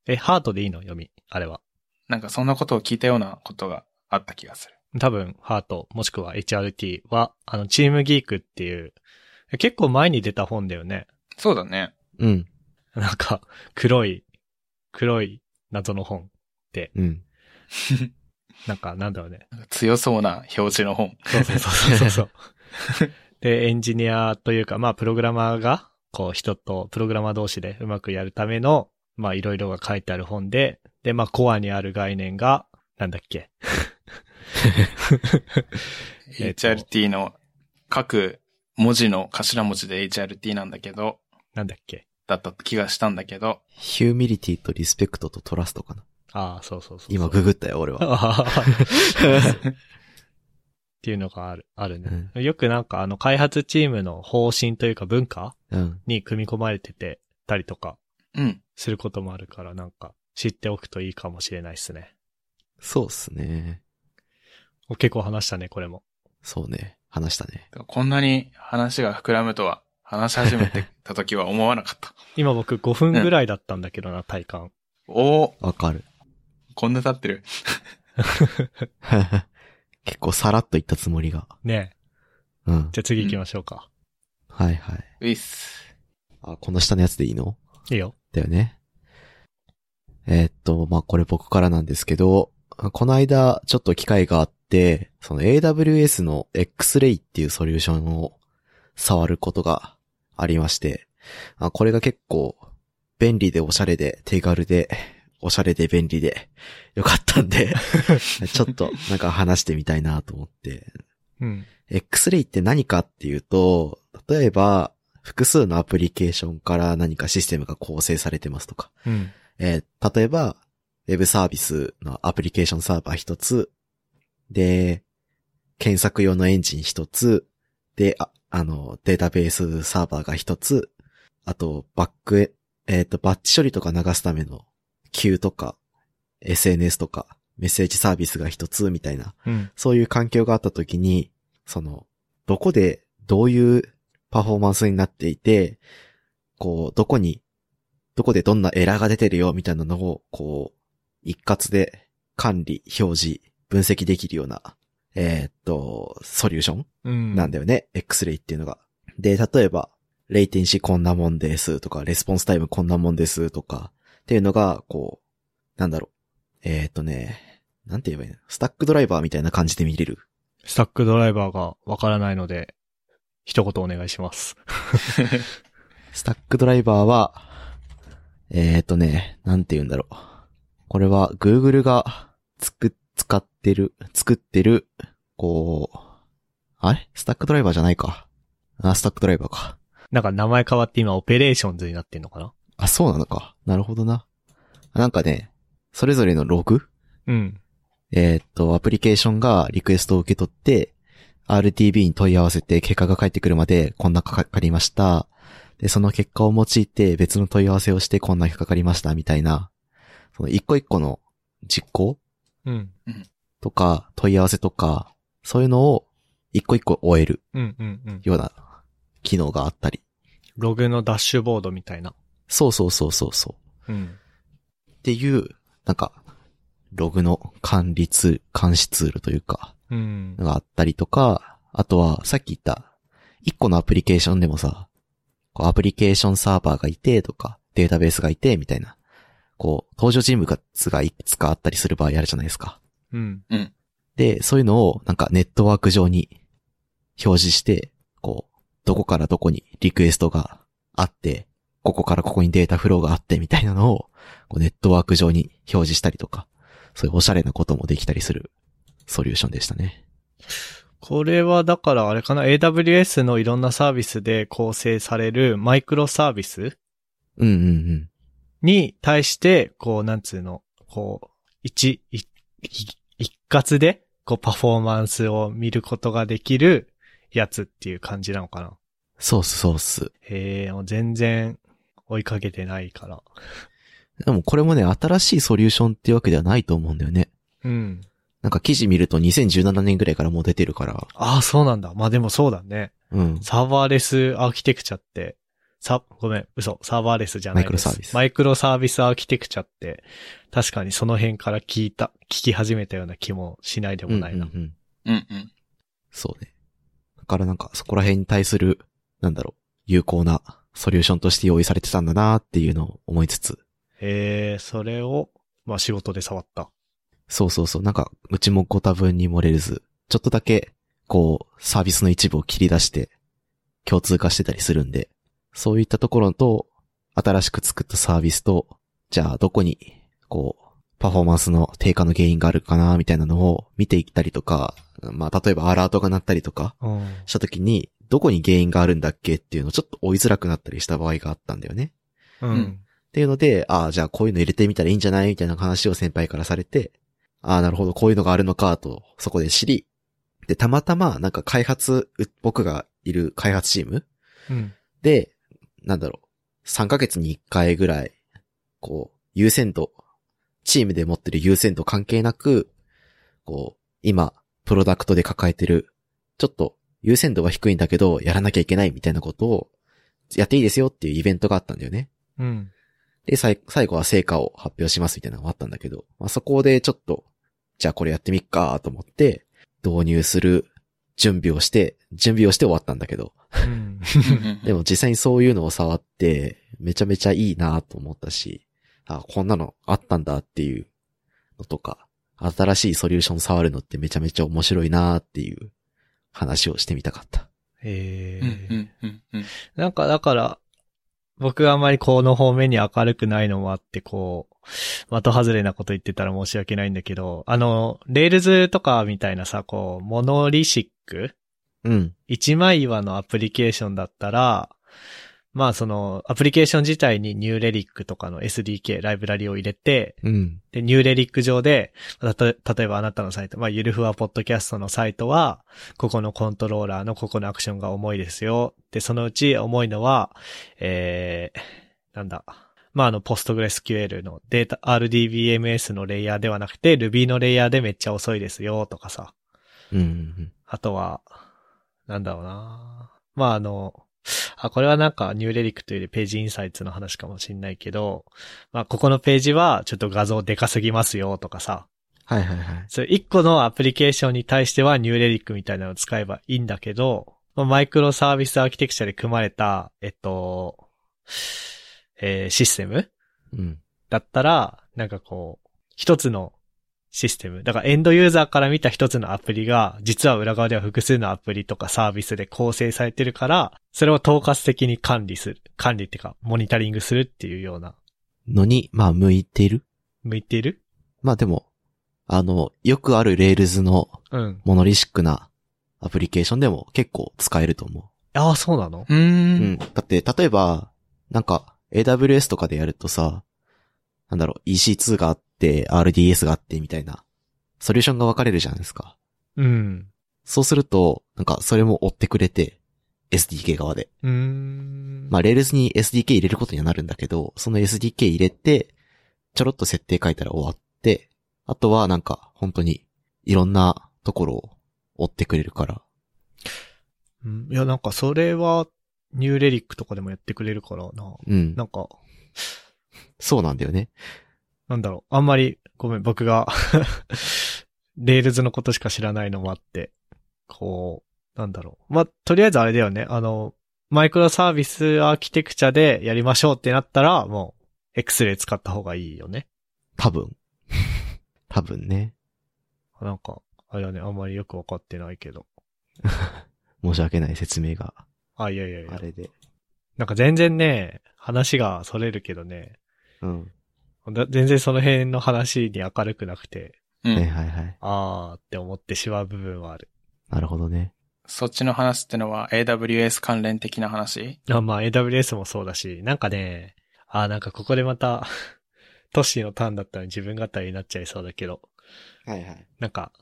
Speaker 1: え、ハートでいいの読み。あれは。
Speaker 3: なんかそんなことを聞いたようなことがあった気がする。
Speaker 1: 多分、ハート、もしくは HRT は、あの、チームギークっていう、結構前に出た本だよね。
Speaker 3: そうだね。
Speaker 2: うん、
Speaker 1: なんか、黒い、黒い謎の本。
Speaker 2: うん。
Speaker 1: なんか、なんだろうね。
Speaker 3: なんか強そうな表示の本。
Speaker 1: そうそうそうそうそう。で、エンジニアというか、まあ、プログラマーが、こう、人と、プログラマー同士でうまくやるための、まあ、いろいろが書いてある本で、で、まあ、コアにある概念が、なんだっけ。えっと
Speaker 3: HRT の各文字の頭文字で HRT なんだけど、
Speaker 1: なんだっけ。
Speaker 3: だった気がしたんだけど、
Speaker 2: ヒューミリティとリスペクトとトラストかな。
Speaker 1: ああ、そうそうそうそう。
Speaker 2: 今ググったよ、俺は。
Speaker 1: あーっていうのがある、 あるね。よくなんかあの開発チームの方針というか文化
Speaker 2: うん。
Speaker 1: に組み込まれててたりとか
Speaker 3: うん。
Speaker 1: することもあるからなんか知っておくといいかもしれないですね。
Speaker 2: そうっすね。
Speaker 1: 結構話したね、これも。
Speaker 2: そうね。話したね。
Speaker 3: こんなに話が膨らむとは、話し始めてた時は思わなかった。
Speaker 1: 今僕5分ぐらいだったんだけどな、体感。
Speaker 3: おお
Speaker 2: わかる。
Speaker 3: こんな経ってる。
Speaker 2: 結構さらっと言ったつもりが。
Speaker 1: ねえ
Speaker 2: うん。
Speaker 1: じゃあ次行きましょうか。
Speaker 2: はいはい。
Speaker 3: ういっす。
Speaker 2: あ、この下のやつでいいの
Speaker 1: いいよ。
Speaker 2: だよね。えーっと、まあ、これ僕からなんですけど、この間ちょっと機会があって、その AWS の X-Ray っていうソリューションを触ることがありまして、あこれが結構便利でおしゃれで手軽で、おしゃれで便利でよかったんで、ちょっとなんか話してみたいなと思って、
Speaker 1: うん。
Speaker 2: X-ray って何かっていうと、例えば、複数のアプリケーションから何かシステムが構成されてますとか、
Speaker 1: うん。
Speaker 2: えー例えば、ウェブサービスのアプリケーションサーバー一つ、で、検索用のエンジン一つ、で、あ、あの、データベースサーバーが一つ、あと、バックへ、えっ、と、バッチ処理とか流すための、Q とか、SNS とか、メッセージサービスが一つみたいな、
Speaker 1: うん。
Speaker 2: そういう環境があった時に、その、どこでどういうパフォーマンスになっていて、こう、どこに、どこでどんなエラーが出てるよみたいなのを、こう、一括で管理、表示、分析できるような、えーっと、ソリューション
Speaker 1: うん。
Speaker 2: なんだよね、X-ray っていうのが。で、例えば、レイテンシーこんなもんですとか、レスポンスタイムこんなもんですとか、っていうのが、こう、なんだろう。えーっとね、なんて言えばいいのスタックドライバーみたいな感じで見れる。
Speaker 1: スタックドライバーがわからないので、一言お願いします。
Speaker 2: スタックドライバーは、えーっとね、なんて言うんだろう。これは Google がつく、使ってる、作ってる、こう、あれスタックドライバーじゃないか。あ、スタックドライバーか。
Speaker 1: なんか名前変わって今オペレーションズになってんのかな
Speaker 2: あ、そうなのか。なるほどな。なんかね、それぞれのログ
Speaker 1: うん。
Speaker 2: えーっと、アプリケーションがリクエストを受け取って、RTB に問い合わせて結果が返ってくるまでこんなかかりました。で、その結果を用いて別の問い合わせをしてこんなかかりましたみたいな、その一個一個の実行
Speaker 1: うん。
Speaker 2: とか問い合わせとか、そういうのを一個一個終える
Speaker 1: うんうんうん。
Speaker 2: ような機能があったり。
Speaker 1: ログのダッシュボードみたいな。
Speaker 2: そうそうそうそうそう。
Speaker 1: うん。
Speaker 2: っていう、なんか、ログの管理ツール、監視ツールというか、
Speaker 1: うん
Speaker 2: の。があったりとか、あとは、さっき言った、一個のアプリケーションでもさ、こうアプリケーションサーバーがいてとか、データベースがいてみたいな、こう、登場人物がいくつかあったりする場合あるじゃないですか。
Speaker 1: うん。
Speaker 2: で、そういうのを、なんかネットワーク上に表示して、こう、どこからどこにリクエストがあって、ここからここにデータフローがあってみたいなのを、こうネットワーク上に表示したりとか、そういうおしゃれなこともできたりするソリューションでしたね。
Speaker 1: これはだからあれかな ?AWS のいろんなサービスで構成されるマイクロサービス
Speaker 2: うんうんうん。
Speaker 1: に対して、こう、なんつうの、こう、一、一、一一括で、こう、パフォーマンスを見ることができるやつっていう感じなのかな
Speaker 2: そうっす、そうっす。
Speaker 1: へえ、もう全然追いかけてないから。
Speaker 2: でもこれもね、新しいソリューションっていうわけではないと思うんだよね。
Speaker 1: うん。
Speaker 2: なんか記事見ると2017年ぐらいからもう出てるから。
Speaker 1: ああ、そうなんだ。まあでもそうだね。
Speaker 2: うん。
Speaker 1: サーバーレスアーキテクチャって、さ、ごめん、嘘、サーバーレスじゃないです。
Speaker 2: マイクロサービス
Speaker 1: マイクロサービスアーキテクチャって、確かにその辺から聞いた、聞き始めたような気もしないでもないな。
Speaker 2: うんうんうん
Speaker 3: うんうん。
Speaker 2: そうね。だからなんかそこら辺に対する、なんだろう、有効なソリューションとして用意されてたんだなっていうのを思いつつ。
Speaker 1: ええそれを、まあ仕事で触った。
Speaker 2: そうそうそう。なんか、うちもご多分に漏れず、ちょっとだけ、こう、サービスの一部を切り出して、共通化してたりするんで、そういったところと、新しく作ったサービスと、じゃあどこに、こう、パフォーマンスの低下の原因があるかな、みたいなのを見ていったりとか、まあ、例えばアラートが鳴ったりとか、
Speaker 1: うん。
Speaker 2: した時に、どこに原因があるんだっけっていうのをちょっと追いづらくなったりした場合があったんだよね。
Speaker 1: う
Speaker 3: うん
Speaker 1: ん。
Speaker 2: っていうので、ああ、じゃあこういうの入れてみたらいいんじゃないみたいな話を先輩からされて、ああ、なるほど、こういうのがあるのかと、そこで知り、で、たまたま、なんか開発、う僕がいる開発チーム
Speaker 1: うん。
Speaker 2: で、なんだろう、3ヶ月に1回ぐらい、こう、優先度、チームで持ってる優先度関係なく、こう、今、プロダクトで抱えてる、ちょっと優先度は低いんだけど、やらなきゃいけないみたいなことを、やっていいですよっていうイベントがあったんだよね。
Speaker 1: うん。
Speaker 2: で、最最後は成果を発表しますみたいなのがあったんだけど、まあ、そこでちょっと、じゃあこれやってみっかと思って、導入する準備をして、準備をして終わったんだけど、
Speaker 1: うん。
Speaker 2: でも実際にそういうのを触って、めちゃめちゃいいなと思ったし、あ、こんなのあったんだっていうのとか、新しいソリューション触るのってめちゃめちゃ面白いなっていう話をしてみたかった。
Speaker 1: ええ
Speaker 3: うんうんうんうん。
Speaker 1: なんかだから、僕があまりこの方面に明るくないのもあって、こう、的外れなこと言ってたら申し訳ないんだけど、あの、レールズとかみたいなさ、こう、モノリシック
Speaker 2: うん。
Speaker 1: 一枚岩のアプリケーションだったら、まあその、アプリケーション自体にニューレリックとかの SDK、ライブラリを入れて、
Speaker 2: うん。
Speaker 1: で、ニューレリック上で、たと例えばあなたのサイト、まあ、ゆるふわポッドキャストのサイトは、ここのコントローラーのここのアクションが重いですよ。で、そのうち重いのは、えー、なんだ。まあ、あの、ポストグレ SQL のデータ、RDBMS のレイヤーではなくて、Ruby のレイヤーでめっちゃ遅いですよ、とかさ。
Speaker 2: うんうん。
Speaker 1: あとは、なんだろうな。まあ、あの、あ、これはなんかニューレリックというよりページインサイツの話かもしんないけど、まあ、ここのページはちょっと画像でかすぎますよとかさ、
Speaker 2: はいはいはい。
Speaker 1: そう一個のアプリケーションに対してはニューレリックみたいなのを使えばいいんだけど、まあマイクロサービスアーキテクチャで組まれた、えっと、えーシステム
Speaker 2: うん。
Speaker 1: だったら、なんかこう、一つのシステム。だからエンドユーザーから見た一つのアプリが、実は裏側では複数のアプリとかサービスで構成されてるから、それを統括的に管理する。管理っていうか、モニタリングするっていうような。
Speaker 2: のに、まあ向いてる
Speaker 1: 向いてる
Speaker 2: まあでも、あの、よくあるレールズの
Speaker 1: うん。
Speaker 2: モノリシックなアプリケーションでも結構使えると思
Speaker 1: ああ、そうなの
Speaker 3: う
Speaker 2: う。うんん。だって、例えば、なんか、AWS とかでやるとさ、なんだろう、EC2 があって、RDS があって、みたいな、ソリューションが分かれるじゃないですか。
Speaker 1: うん。
Speaker 2: そうすると、なんか、それも追ってくれて、SDK 側で。
Speaker 1: うーん。
Speaker 2: まあ、レールズに SDK 入れることにはなるんだけど、その SDK 入れて、ちょろっと設定書いたら終わって、あとはなんか、本当に、いろんなところを追ってくれるから、
Speaker 1: うんいや、なんかそれは、ニューレリックとかでもやってくれるからな。
Speaker 2: うん。
Speaker 1: なんか、
Speaker 2: そうなんだよね。
Speaker 1: なんだろう、あんまり、ごめん、僕が、 レールズのことしか知らないのもあって、こう、なんだろう。まあ、とりあえずあれだよね、あの、マイクロサービスアーキテクチャでやりましょうってなったら、もう、X-ray 使った方がいいよね。
Speaker 2: 多分。 多分ね。
Speaker 1: なんか、あれだね、あんまりよくわかってないけど。
Speaker 2: 申し訳ない説明が
Speaker 1: あ、いやいやい
Speaker 2: あ
Speaker 1: や。
Speaker 2: れで。
Speaker 1: なんか全然ね、話が逸れるけどね、
Speaker 2: うん。
Speaker 1: だ全然その辺の話に明るくなくて、
Speaker 3: う
Speaker 2: はい
Speaker 3: ん。
Speaker 2: はいはい。
Speaker 1: あーって思ってしまう部分はある。
Speaker 2: なるほどね。
Speaker 3: そっちの話ってのは AWS 関連的な話
Speaker 1: あまあ AWS もそうだし、なんかね、あーなんかここでまた、 都市のターンだったのに自分語りになっちゃいそうだけど、
Speaker 2: はいはい。
Speaker 1: なんか、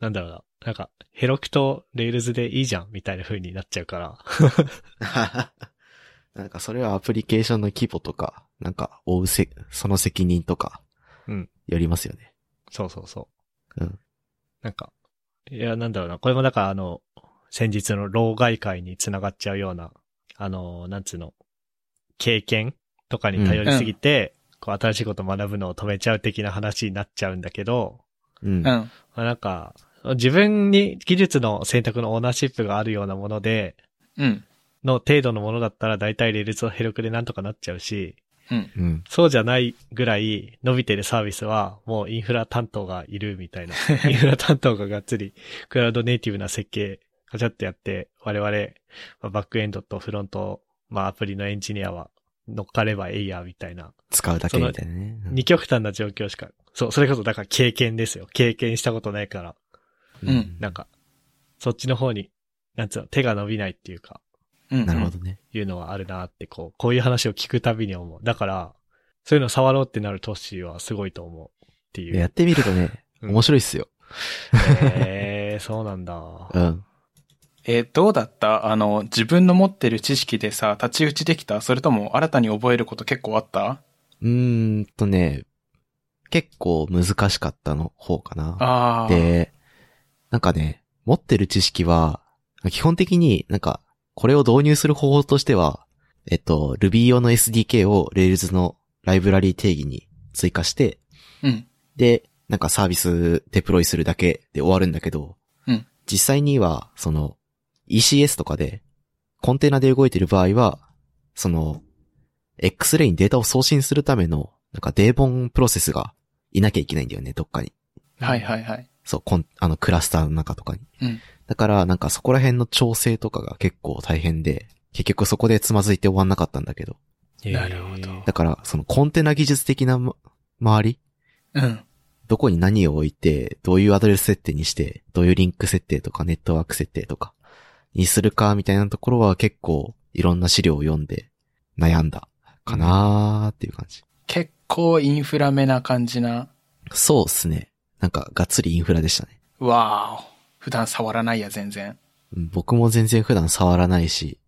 Speaker 1: なんだろうな、なんか、ヘロクとレールズでいいじゃんみたいな風になっちゃうから、
Speaker 2: なんかそれはアプリケーションの規模とか、なんか負うせ、その責任とか、
Speaker 1: うん。
Speaker 2: よりますよね。
Speaker 1: そうそうそう。
Speaker 2: うん。
Speaker 1: なんか、いや、なんだろうな。これもだから、あの、先日の老害会につながっちゃうような、あの、なんつうの、経験とかに頼りすぎて、こう、新しいこと学ぶのを止めちゃう的な話になっちゃうんだけど、
Speaker 2: うん。
Speaker 3: う
Speaker 2: はい
Speaker 3: ん。
Speaker 1: まあなんか、自分に技術の選択のオーナーシップがあるようなもので、
Speaker 3: うん。
Speaker 1: の程度のものだったら大体レールズをヘロクでなんとかなっちゃうし、
Speaker 2: うん。
Speaker 1: そうじゃないぐらい伸びてるサービスはもうインフラ担当がいるみたい な。インフラ担当ががっつりクラウドネイティブな設計カチャってやって我々まあバックエンドとフロント、まあアプリのエンジニアは乗っかればええやみたいな。
Speaker 2: 使うだけみたいなね。うん
Speaker 1: 二極端な状況しか。そう、それこそだから経験ですよ。経験したことないから。
Speaker 3: うん
Speaker 1: なんか、そっちの方に、なんつうの、手が伸びないっていうか。
Speaker 3: うん。
Speaker 2: なるほどね。
Speaker 1: いうのはあるなって、こう、こういう話を聞くたびに思う。だから、そういうの触ろうってなる都市はすごいと思うってい
Speaker 2: いややっ
Speaker 1: う。
Speaker 2: てみるとね、
Speaker 1: うん
Speaker 2: 面白いっすよ。
Speaker 1: えー、そうなんだ。
Speaker 2: うん。
Speaker 3: えーどうだったあの、自分の持ってる知識でさ、立ち打ちできたそれとも新たに覚えること結構あった
Speaker 2: うーんとね、結構難しかったの方かな。
Speaker 3: ああ。
Speaker 2: で、なんかね、持ってる知識は、基本的になんか、これを導入する方法としては、えっと、Ruby 用の SDK を Rails のライブラリー定義に追加して、
Speaker 3: うん。
Speaker 2: で、なんかサービスデプロイするだけで終わるんだけど、
Speaker 3: うん
Speaker 2: 実際には、その、ECS とかで、コンテナで動いてる場合は、その、X-ray にデータを送信するための、なんかデーボンプロセスがいなきゃいけないんだよね、どっかに。
Speaker 3: はいはいはい。
Speaker 2: そう、コン、あの、クラスターの中とかに。
Speaker 3: うん
Speaker 2: だから、なんかそこら辺の調整とかが結構大変で、結局そこでつまずいて終わんなかったんだけど。
Speaker 3: なるほど
Speaker 2: だから、そのコンテナ技術的なま、周り
Speaker 3: うん。
Speaker 2: どこに何を置いて、どういうアドレス設定にして、どういうリンク設定とかネットワーク設定とかにするかみたいなところは結構いろんな資料を読んで悩んだかなーっていう感じ。
Speaker 3: 結構インフラめな感じな。
Speaker 2: そうっすね。なんかがっつりインフラでしたね。
Speaker 3: わーお。普段触らないや、全然。
Speaker 2: うん僕も全然普段触らないし、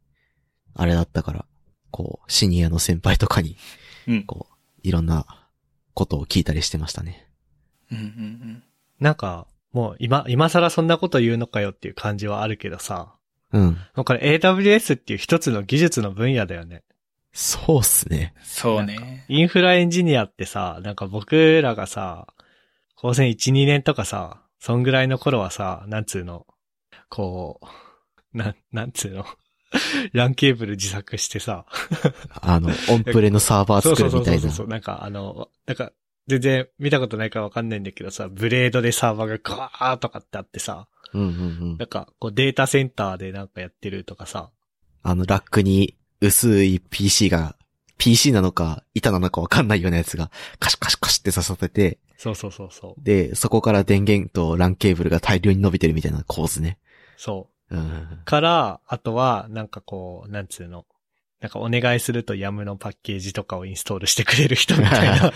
Speaker 2: あれだったから、こう、シニアの先輩とかに
Speaker 3: うん。
Speaker 2: こう、いろんなことを聞いたりしてましたね。
Speaker 3: うんうんうん。
Speaker 1: なんか、もう今、今更そんなこと言うのかよっていう感じはあるけどさ。
Speaker 2: うん。
Speaker 1: もうこれ AWS っていう一つの技術の分野だよね。
Speaker 2: そうっすね。
Speaker 3: そうね。
Speaker 1: インフラエンジニアってさ、なんか僕らがさ、高専1、2年とかさ、そんぐらいの頃はさ、なんつうの、こう、なん、なんつうの、 ランケーブル自作してさ、
Speaker 2: あの、オンプレのサーバー
Speaker 1: そう
Speaker 2: 作
Speaker 1: そう
Speaker 2: る
Speaker 1: そ
Speaker 2: み
Speaker 1: う
Speaker 2: た
Speaker 1: そ
Speaker 2: いうな。
Speaker 1: そう、なんかあの、なんか、全然見たことないからわかんないんだけどさ、ブレードでサーバーがガーッとかってあってさ、
Speaker 2: うんうんうん
Speaker 1: なん。かこうデータセンターでなんかやってるとかさ、
Speaker 2: あの、ラックに薄い PC が、PC なのか、板なのかわかんないようなやつが、カシカシカシって刺さってて、
Speaker 1: そうそうそうそう、
Speaker 2: で、そこから電源と LAN ケーブルが大量に伸びてるみたいな構図ね。
Speaker 1: そう。
Speaker 2: うん。
Speaker 1: から、あとは、なんかこう、なんつうの。なんかお願いするとヤムのパッケージとかをインストールしてくれる人みたいな。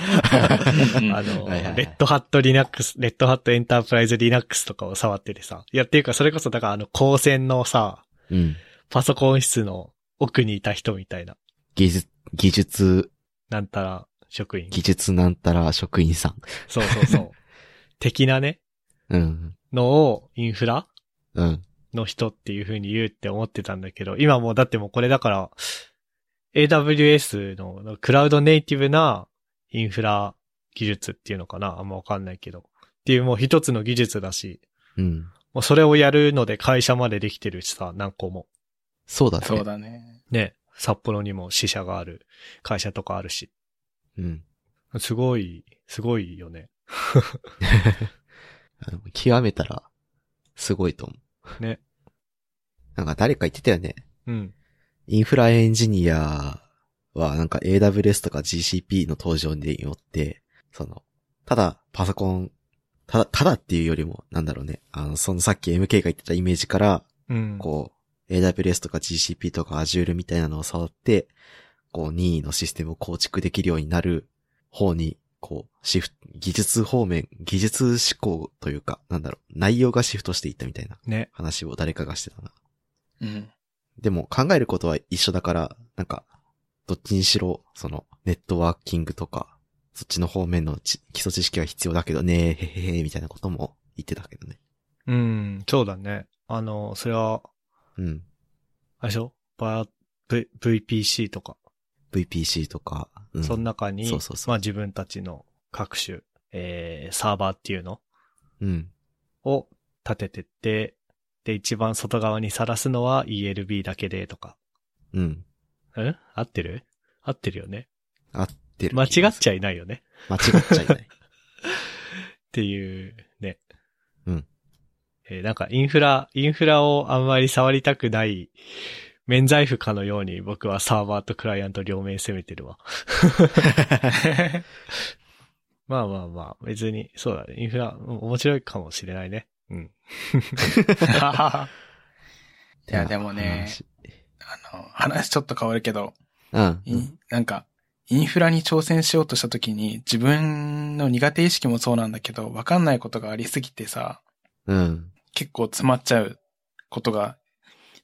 Speaker 1: あの、
Speaker 2: はいはいはい
Speaker 1: レッドハット Linux、レッドハットエンタープライズ Linux とかを触っててさ。いや、っていうか、それこそ、だからあの、光線のさ、
Speaker 2: うん。
Speaker 1: パソコン室の奥にいた人みたいな。
Speaker 2: 技術、技術、
Speaker 1: なんたら、職員。
Speaker 2: 技術なんたら職員さん。
Speaker 1: そうそう そう。的なね、
Speaker 2: うん。
Speaker 1: のをインフラ
Speaker 2: うん。
Speaker 1: の人っていう風に言うって思ってたんだけど、今もうだってもうこれだから、AWS のクラウドネイティブなインフラ技術っていうのかなあんまわかんないけど。っていうもう一つの技術だし、
Speaker 2: うん。
Speaker 1: もうそれをやるので会社までできてるしさ、何個も。
Speaker 2: そうだね。
Speaker 3: そうだね。
Speaker 1: ね、札幌にも支社がある会社とかあるし。
Speaker 2: うん。
Speaker 1: すごい、すごいよね。
Speaker 2: あの極めたら、すごいと思う。
Speaker 1: ね。
Speaker 2: なんか誰か言ってたよね。
Speaker 1: うん。
Speaker 2: インフラエンジニアは、なんか AWS とか GCP の登場によって、その、ただパソコンただ、ただっていうよりも、なんだろうね。あの、そのさっき MK が言ってたイメージから、
Speaker 1: うん。
Speaker 2: こう、AWS とか GCP とか Azure みたいなのを触って、こう、任意のシステムを構築できるようになる方に、こう、シフト、技術方面、技術思考というか、なんだろう、内容がシフトしていったみたいな
Speaker 1: ね。
Speaker 2: 話を誰かがしてたな。
Speaker 3: うん。
Speaker 2: でも考えることは一緒だから、なんか、どっちにしろ、その、ネットワーキングとか、そっちの方面のち基礎知識は必要だけどね、へへへ、みたいなことも言ってたけどね。
Speaker 1: うん、そうだね。あの、それは、
Speaker 2: うん。
Speaker 1: あれでしょバー、v、VPC とか、
Speaker 2: VPC とか、うん。
Speaker 1: その中に、
Speaker 2: そうそうそ
Speaker 1: ま
Speaker 2: う
Speaker 1: あ自分たちの各種、えー、サーバーっていうの
Speaker 2: うん。
Speaker 1: を立ててって、で、一番外側にさらすのは ELB だけでとか。
Speaker 2: うん。
Speaker 1: うん合ってる合ってるよね。
Speaker 2: 合ってる。
Speaker 1: 間違っちゃ
Speaker 2: ゃ
Speaker 1: いないよね。
Speaker 2: 間違っちゃいない。
Speaker 1: っていう、ね。
Speaker 2: うん。
Speaker 1: えーなんかインフラ、インフラをあんまり触りたくない、免罪符かのように僕はサーバーとクライアント両面攻めてる わ。まあまあまあ、別に、そうだね。インフラ、うん面白いかもしれないね。うん。
Speaker 3: いや、でもね、あの、話ちょっと変わるけど、
Speaker 2: 話。う
Speaker 3: い
Speaker 2: ん。
Speaker 3: なんか、インフラに挑戦しようとした時に、自分の苦手意識もそうなんだけど、わかんないことがありすぎてさ、
Speaker 2: うん。
Speaker 3: 結構詰まっちゃうことが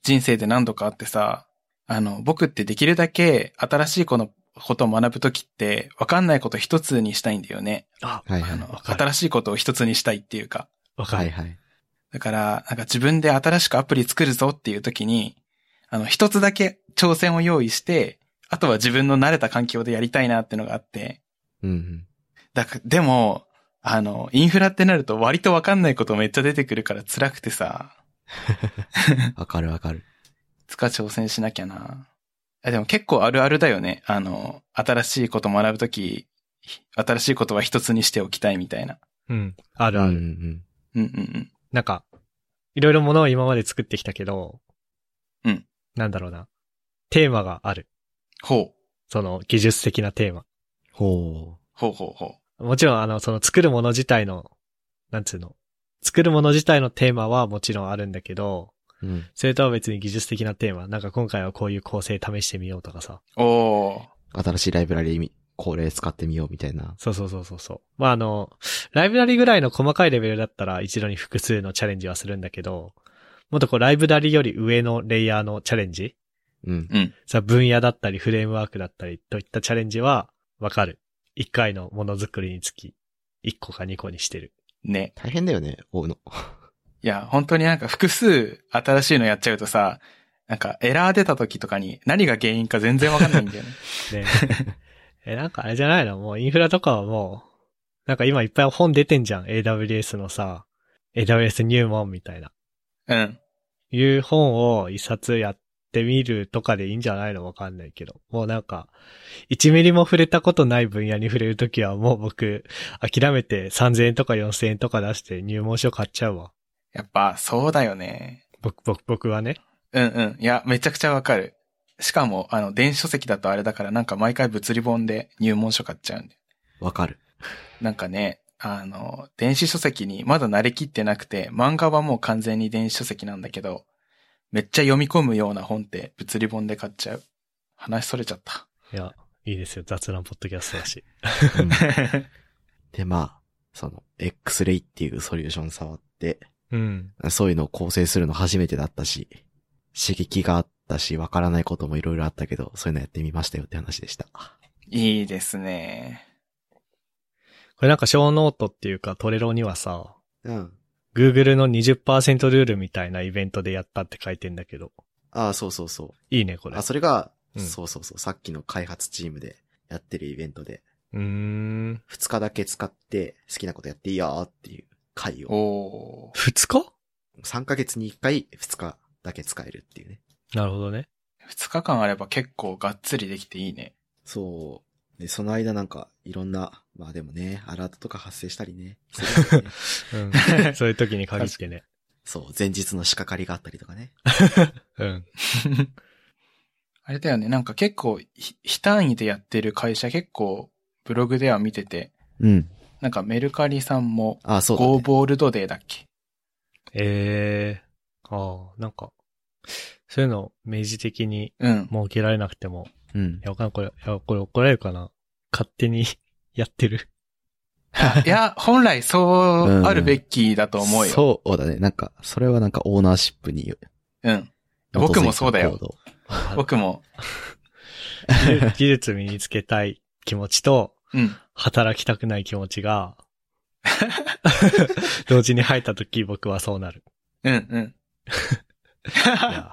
Speaker 3: 人生で何度かあってさ、あの、僕ってできるだけ新しい子のことを学ぶときって、わかんないこと一つにしたいんだよね。
Speaker 1: あ、
Speaker 2: はいは
Speaker 3: あ
Speaker 2: い。
Speaker 3: の、
Speaker 1: わかる
Speaker 3: 新しいことを一つにしたいっていうか。
Speaker 1: わか
Speaker 2: は
Speaker 1: る。
Speaker 2: いはい。
Speaker 3: だから、なんか自分で新しくアプリ作るぞっていう時に、あの、一つだけ挑戦を用意して、あとは自分の慣れた環境でやりたいなってのがあって、
Speaker 2: うん
Speaker 3: だから、でも、あの、インフラってなると割とわかんないことめっちゃ出てくるから辛くてさ、
Speaker 2: うん。わかるわかる。
Speaker 3: いつか挑戦しなきゃな。あでも結構あるあるだよね。あの、新しいこと学ぶとき、新しいことは一つにしておきたいみたいな。
Speaker 1: うん。あ
Speaker 2: う
Speaker 1: る
Speaker 2: ん
Speaker 1: あ
Speaker 2: う
Speaker 1: る。
Speaker 2: ん。
Speaker 3: うんうん
Speaker 1: なんか、いろいろものを今まで作ってきたけど、
Speaker 3: うん。
Speaker 1: なんだろうな。テーマがある。
Speaker 3: ほう。
Speaker 1: その技術的なテーマ。
Speaker 2: ほ
Speaker 3: ほうほうほう。
Speaker 1: もちろん、あの、その作るもの自体の、なんつうの。作るもの自体のテーマはもちろんあるんだけど、
Speaker 2: う。うん。
Speaker 1: それとは別に技術的なテーマ。なんか今回はこういう構成試してみようとかさ。
Speaker 3: おー。
Speaker 2: 新しいライブラリみ、これ使ってみようみたいな。
Speaker 1: そうそうそうそうそう。まあ、あの、ライブラリぐらいの細かいレベルだったら一度に複数のチャレンジはするんだけど、もっとこうライブラリより上のレイヤーのチャレンジ
Speaker 2: うん。
Speaker 3: うん。
Speaker 1: さ、分野だったりフレームワークだったりといったチャレンジはわかる。一回のものづくりにつき、一個か二個にしてる。
Speaker 3: ね。
Speaker 2: 大変だよね、追うの。
Speaker 3: いや、本当になんか複数新しいのやっちゃうとさ、なんかエラー出た時とかに何が原因か全然わかんないんだよね。
Speaker 1: ね。え、なんかあれじゃないのもうインフラとかはもう、なんか今いっぱい本出てんじゃん。AWS のさ、AWS 入門みたいな。
Speaker 3: うん。
Speaker 1: いう本を一冊やってみるとかでいいんじゃないのわかんないけど。もうなんか、1ミリも触れたことない分野に触れるときはもう僕、諦めて3000円とか4000円とか出して入門書買っちゃうわ。
Speaker 3: やっぱそうだよね。
Speaker 1: 僕、僕、僕はね。
Speaker 3: うんうん。いや、めちゃくちゃわかる。しかも、あの、電子書籍だとあれだからなんか毎回物理本で入門書買っちゃうんだよ。
Speaker 2: わかる。
Speaker 3: なんかね、あの、電子書籍にまだ慣れきってなくて、漫画はもう完全に電子書籍なんだけど、めっちゃ読み込むような本って物理本で買っちゃう。話それちゃった。
Speaker 1: いや、いいですよ。雑談ポッドキャストだし。
Speaker 2: うんで、まあ、その、X-ray っていうソリューション触って、
Speaker 1: うん。
Speaker 2: そういうのを構成するの初めてだったし、刺激があったし、わからないこともいろいろあったけど、そういうのやってみましたよって話でした。
Speaker 3: いいですね。
Speaker 1: これなんか小ノートっていうかトレロにはさ、
Speaker 2: うん。
Speaker 1: Google の20%ルールみたいなイベントでやったって書いてんだけど。
Speaker 2: ああ、そうそうそ
Speaker 1: いいね、こ
Speaker 2: う。
Speaker 1: れ。
Speaker 2: あ、それが、
Speaker 1: うん
Speaker 2: そうそうそう、さっきの開発チームでやってるイベントで、
Speaker 1: うーん。
Speaker 2: 2日だけ使って好きなことやっていいよーっていう会を、
Speaker 3: おー。
Speaker 1: 二日
Speaker 2: 3ヶ月に1回2日だけ使えるっていうね。
Speaker 1: なるほどね。
Speaker 3: 二日間あれば結構がっつりできていいね。
Speaker 2: そう。で、その間なんか、いろんな、まあでもね、アラートとか発生したりね。するよね
Speaker 1: う ん。そういう時に限ってね。
Speaker 2: そう、前日の仕掛かりがあったりとかね。
Speaker 1: うん。
Speaker 3: あれだよね、なんか結構ひ、非単位でやってる会社結構ブログでは見てて、
Speaker 2: うん。
Speaker 3: なんかメルカリさんも、
Speaker 2: あ、そうだ、
Speaker 3: ゴー
Speaker 2: ね。
Speaker 3: ボールドデーだっけ
Speaker 1: ええああ、なんか、そういうの、明示的に
Speaker 3: うん。
Speaker 1: 設けられなくても、
Speaker 2: うん
Speaker 1: い。や、わかんない。これ、いや、これ怒られるかな勝手に やってる。
Speaker 3: いや、本来そうあるべきだと思うよ。
Speaker 2: そうだね。なんか、それはなんかオーナーシップに。
Speaker 3: うん。僕もそうだよ
Speaker 2: 基づいた行動。
Speaker 3: 僕も、
Speaker 1: 技術技術身につけたい気持ちと、
Speaker 3: うん。
Speaker 1: 働きたくない気持ち が、同時に入った時僕はそうなる。
Speaker 3: うん、うん。
Speaker 1: いや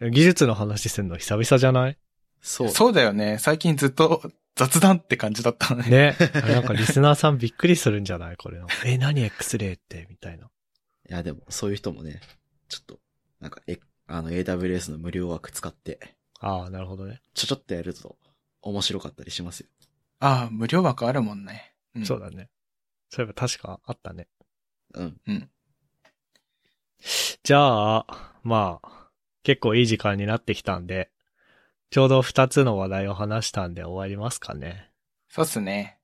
Speaker 1: 技術の話すんの久々じゃない
Speaker 2: そう。
Speaker 3: そうだよね。最近ずっと雑談って感じだったのね。
Speaker 1: ね。あれなんかリスナーさんびっくりするんじゃないこれの。え、何 X レイってみたいな。
Speaker 2: いや、でも、そういう人もね、ちょっと、なんか、え、あの、AWS の無料枠使って、
Speaker 1: ああ、なるほどね。
Speaker 2: ちょちょっとやると、面白かったりしますよ。
Speaker 3: ああ、無料枠あるもんね。うん、
Speaker 1: そうだね。そういえば確かあったね。
Speaker 2: うん。
Speaker 1: じゃあ、まあ、結構いい時間になってきたんで、ちょうど二つの話題を話したんで終わりますかね。
Speaker 3: そうっすね。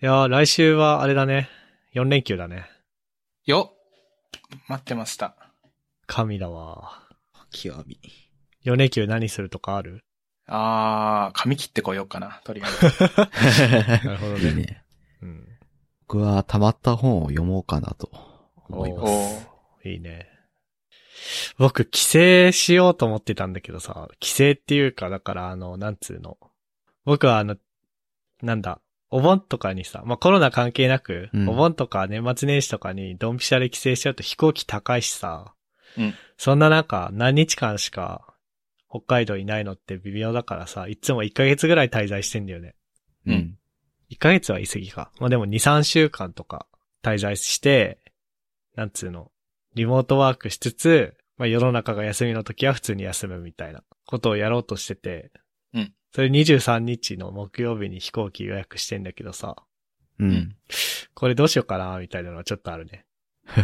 Speaker 1: いやー、来週はあれだね。4連休だね。
Speaker 3: よっ待ってました。
Speaker 1: 神だわ。
Speaker 2: 極み。
Speaker 1: 4連休何するとかあ る
Speaker 3: ああ、髪切ってこようかな、とりあえず。
Speaker 1: なるほど
Speaker 2: いい
Speaker 1: ね。
Speaker 2: ね。
Speaker 1: うん。
Speaker 2: 僕は溜まった本を読もうかなと思い
Speaker 1: お
Speaker 2: ます。
Speaker 3: おー
Speaker 1: いいね。僕、帰省しようと思ってたんだけどさ、帰省っていうか、だからあの、なんつうの。僕はあの、なんだ、お盆とかにさ、まあ、コロナ関係なく、
Speaker 2: うん
Speaker 1: お盆とか年末年始とかにドンピシャで帰省しちゃうと飛行機高いしさ、
Speaker 3: うん
Speaker 1: そんな中、何日間しか北海道いないのって微妙だからさ、いつも1ヶ月ぐらい滞在してんだよね。
Speaker 3: うん
Speaker 2: うん。
Speaker 1: 1ヶ月は言い過ぎか。まあ、でも2、3週間とか滞在して、なんつうの、リモートワークしつつ、まあ、世の中が休みの時は普通に休むみたいなことをやろうとしてて、
Speaker 3: うん。
Speaker 1: それ23日の木曜日に飛行機予約してんだけどさ、
Speaker 2: うんん。
Speaker 1: これどうしようかな、みたいなのはちょっとあるね。ま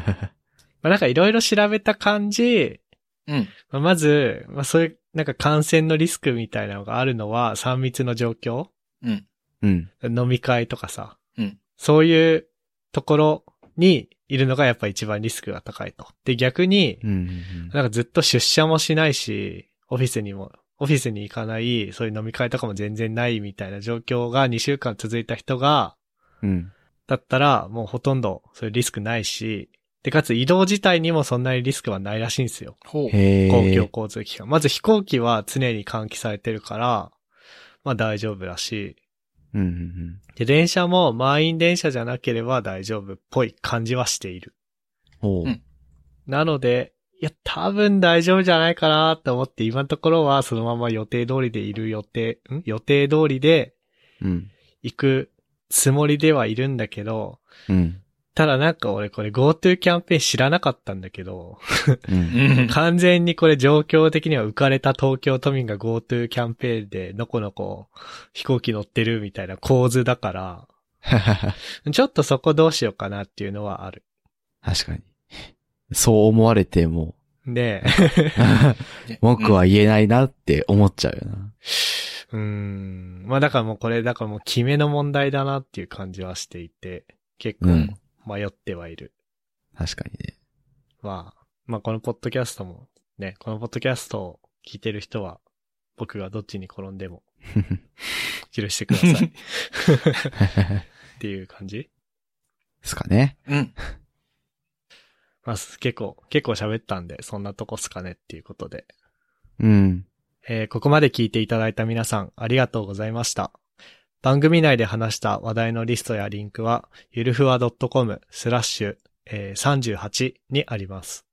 Speaker 1: あ、なんかいろいろ調べた感じ、
Speaker 3: うん。
Speaker 1: まあ、まず、まあ、そういう、なんか感染のリスクみたいなのがあるのは3密の状況
Speaker 3: うん。
Speaker 2: うん。
Speaker 1: 飲み会とかさ、
Speaker 3: うん
Speaker 1: そういうところにいるのがやっぱ一番リスクが高いと。で、逆に、
Speaker 2: うん。
Speaker 1: なんかずっと出社もしないし、オフィスにも、オフィスに行かない、そういう飲み会とかも全然ないみたいな状況が2週間続いた人が、
Speaker 2: うん。
Speaker 1: だったらもうほとんどそういうリスクないし、で、かつ移動自体にもそんなにリスクはないらしいんですよ。
Speaker 3: ほう。
Speaker 2: へ
Speaker 1: 公共
Speaker 2: え。
Speaker 1: 交通機関。まず飛行機は常に換気されてるから、まあ大丈夫だし、
Speaker 2: うんうん
Speaker 1: で、電車も満員電車じゃなければ大丈夫っぽい感じはしている。
Speaker 2: うん。おう
Speaker 3: うん
Speaker 1: なので、いや、多分大丈夫じゃないかなと思って、今のところはそのまま予定通りでいる予定、ん予定通りで
Speaker 2: うん。
Speaker 1: 行くつもりではいるんだけど、
Speaker 2: うん。
Speaker 1: ただなんか俺これ GoTo キャンペーン知らなかったんだけど、
Speaker 2: う。
Speaker 3: うん ん。
Speaker 1: 完全にこれ状況的には浮かれた東京都民が GoTo キャンペーンでのこのこ飛行機乗ってるみたいな構図だから、ちょっとそこどうしようかなっていうのはある。
Speaker 2: 確かに。そう思われても、
Speaker 1: で、
Speaker 2: 文句は言えないなって思っちゃうよな。
Speaker 1: うーん。まあだからもうこれ、だからもう決めの問題だなっていう感じはしていて、結構
Speaker 2: うん
Speaker 1: 迷ってはいる。
Speaker 2: 確かにね。
Speaker 1: まあ、まあこのポッドキャストも、ね、このポッドキャストを聞いてる人は、僕がどっちに転んでも許してください っていう感じ
Speaker 2: すかね。
Speaker 3: うん。
Speaker 1: まあす結構、結構喋ったんで、そんなとこっすかねっていうことで。
Speaker 2: うん。
Speaker 1: えーここまで聞いていただいた皆さん、ありがとうございました。番組内で話した話題のリストやリンクは、ゆるふわ .com スラッシュえー38にあります。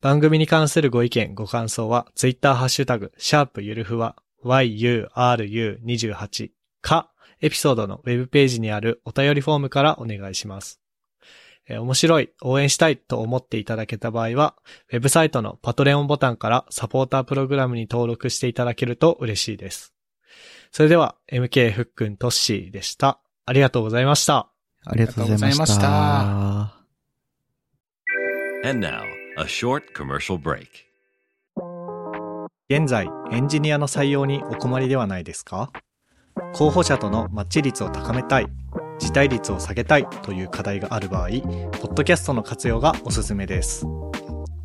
Speaker 1: 番組に関するご意見、ご感想は、ツイッターハッシュタグ、シャープゆるふわ、yuru28 か、エピソードのウェブページにあるお便りフォームからお願いします。えー面白い、応援したいと思っていただけた場合は、ウェブサイトのパトレオンボタンからサポータープログラムに登録していただけると嬉しいです。それでは、MK ふっくんとっしーでした。ありがとうございました。
Speaker 2: ありがとうございまし
Speaker 3: ありがとうござ
Speaker 2: た。
Speaker 4: And now, a short commercial break.
Speaker 1: 現在エンジニアの採用にお困りではないですか候補者とのマッチ率を高めたい辞退率を下げたいという課題がある場合、ポッドキャストの活用がおすすめです。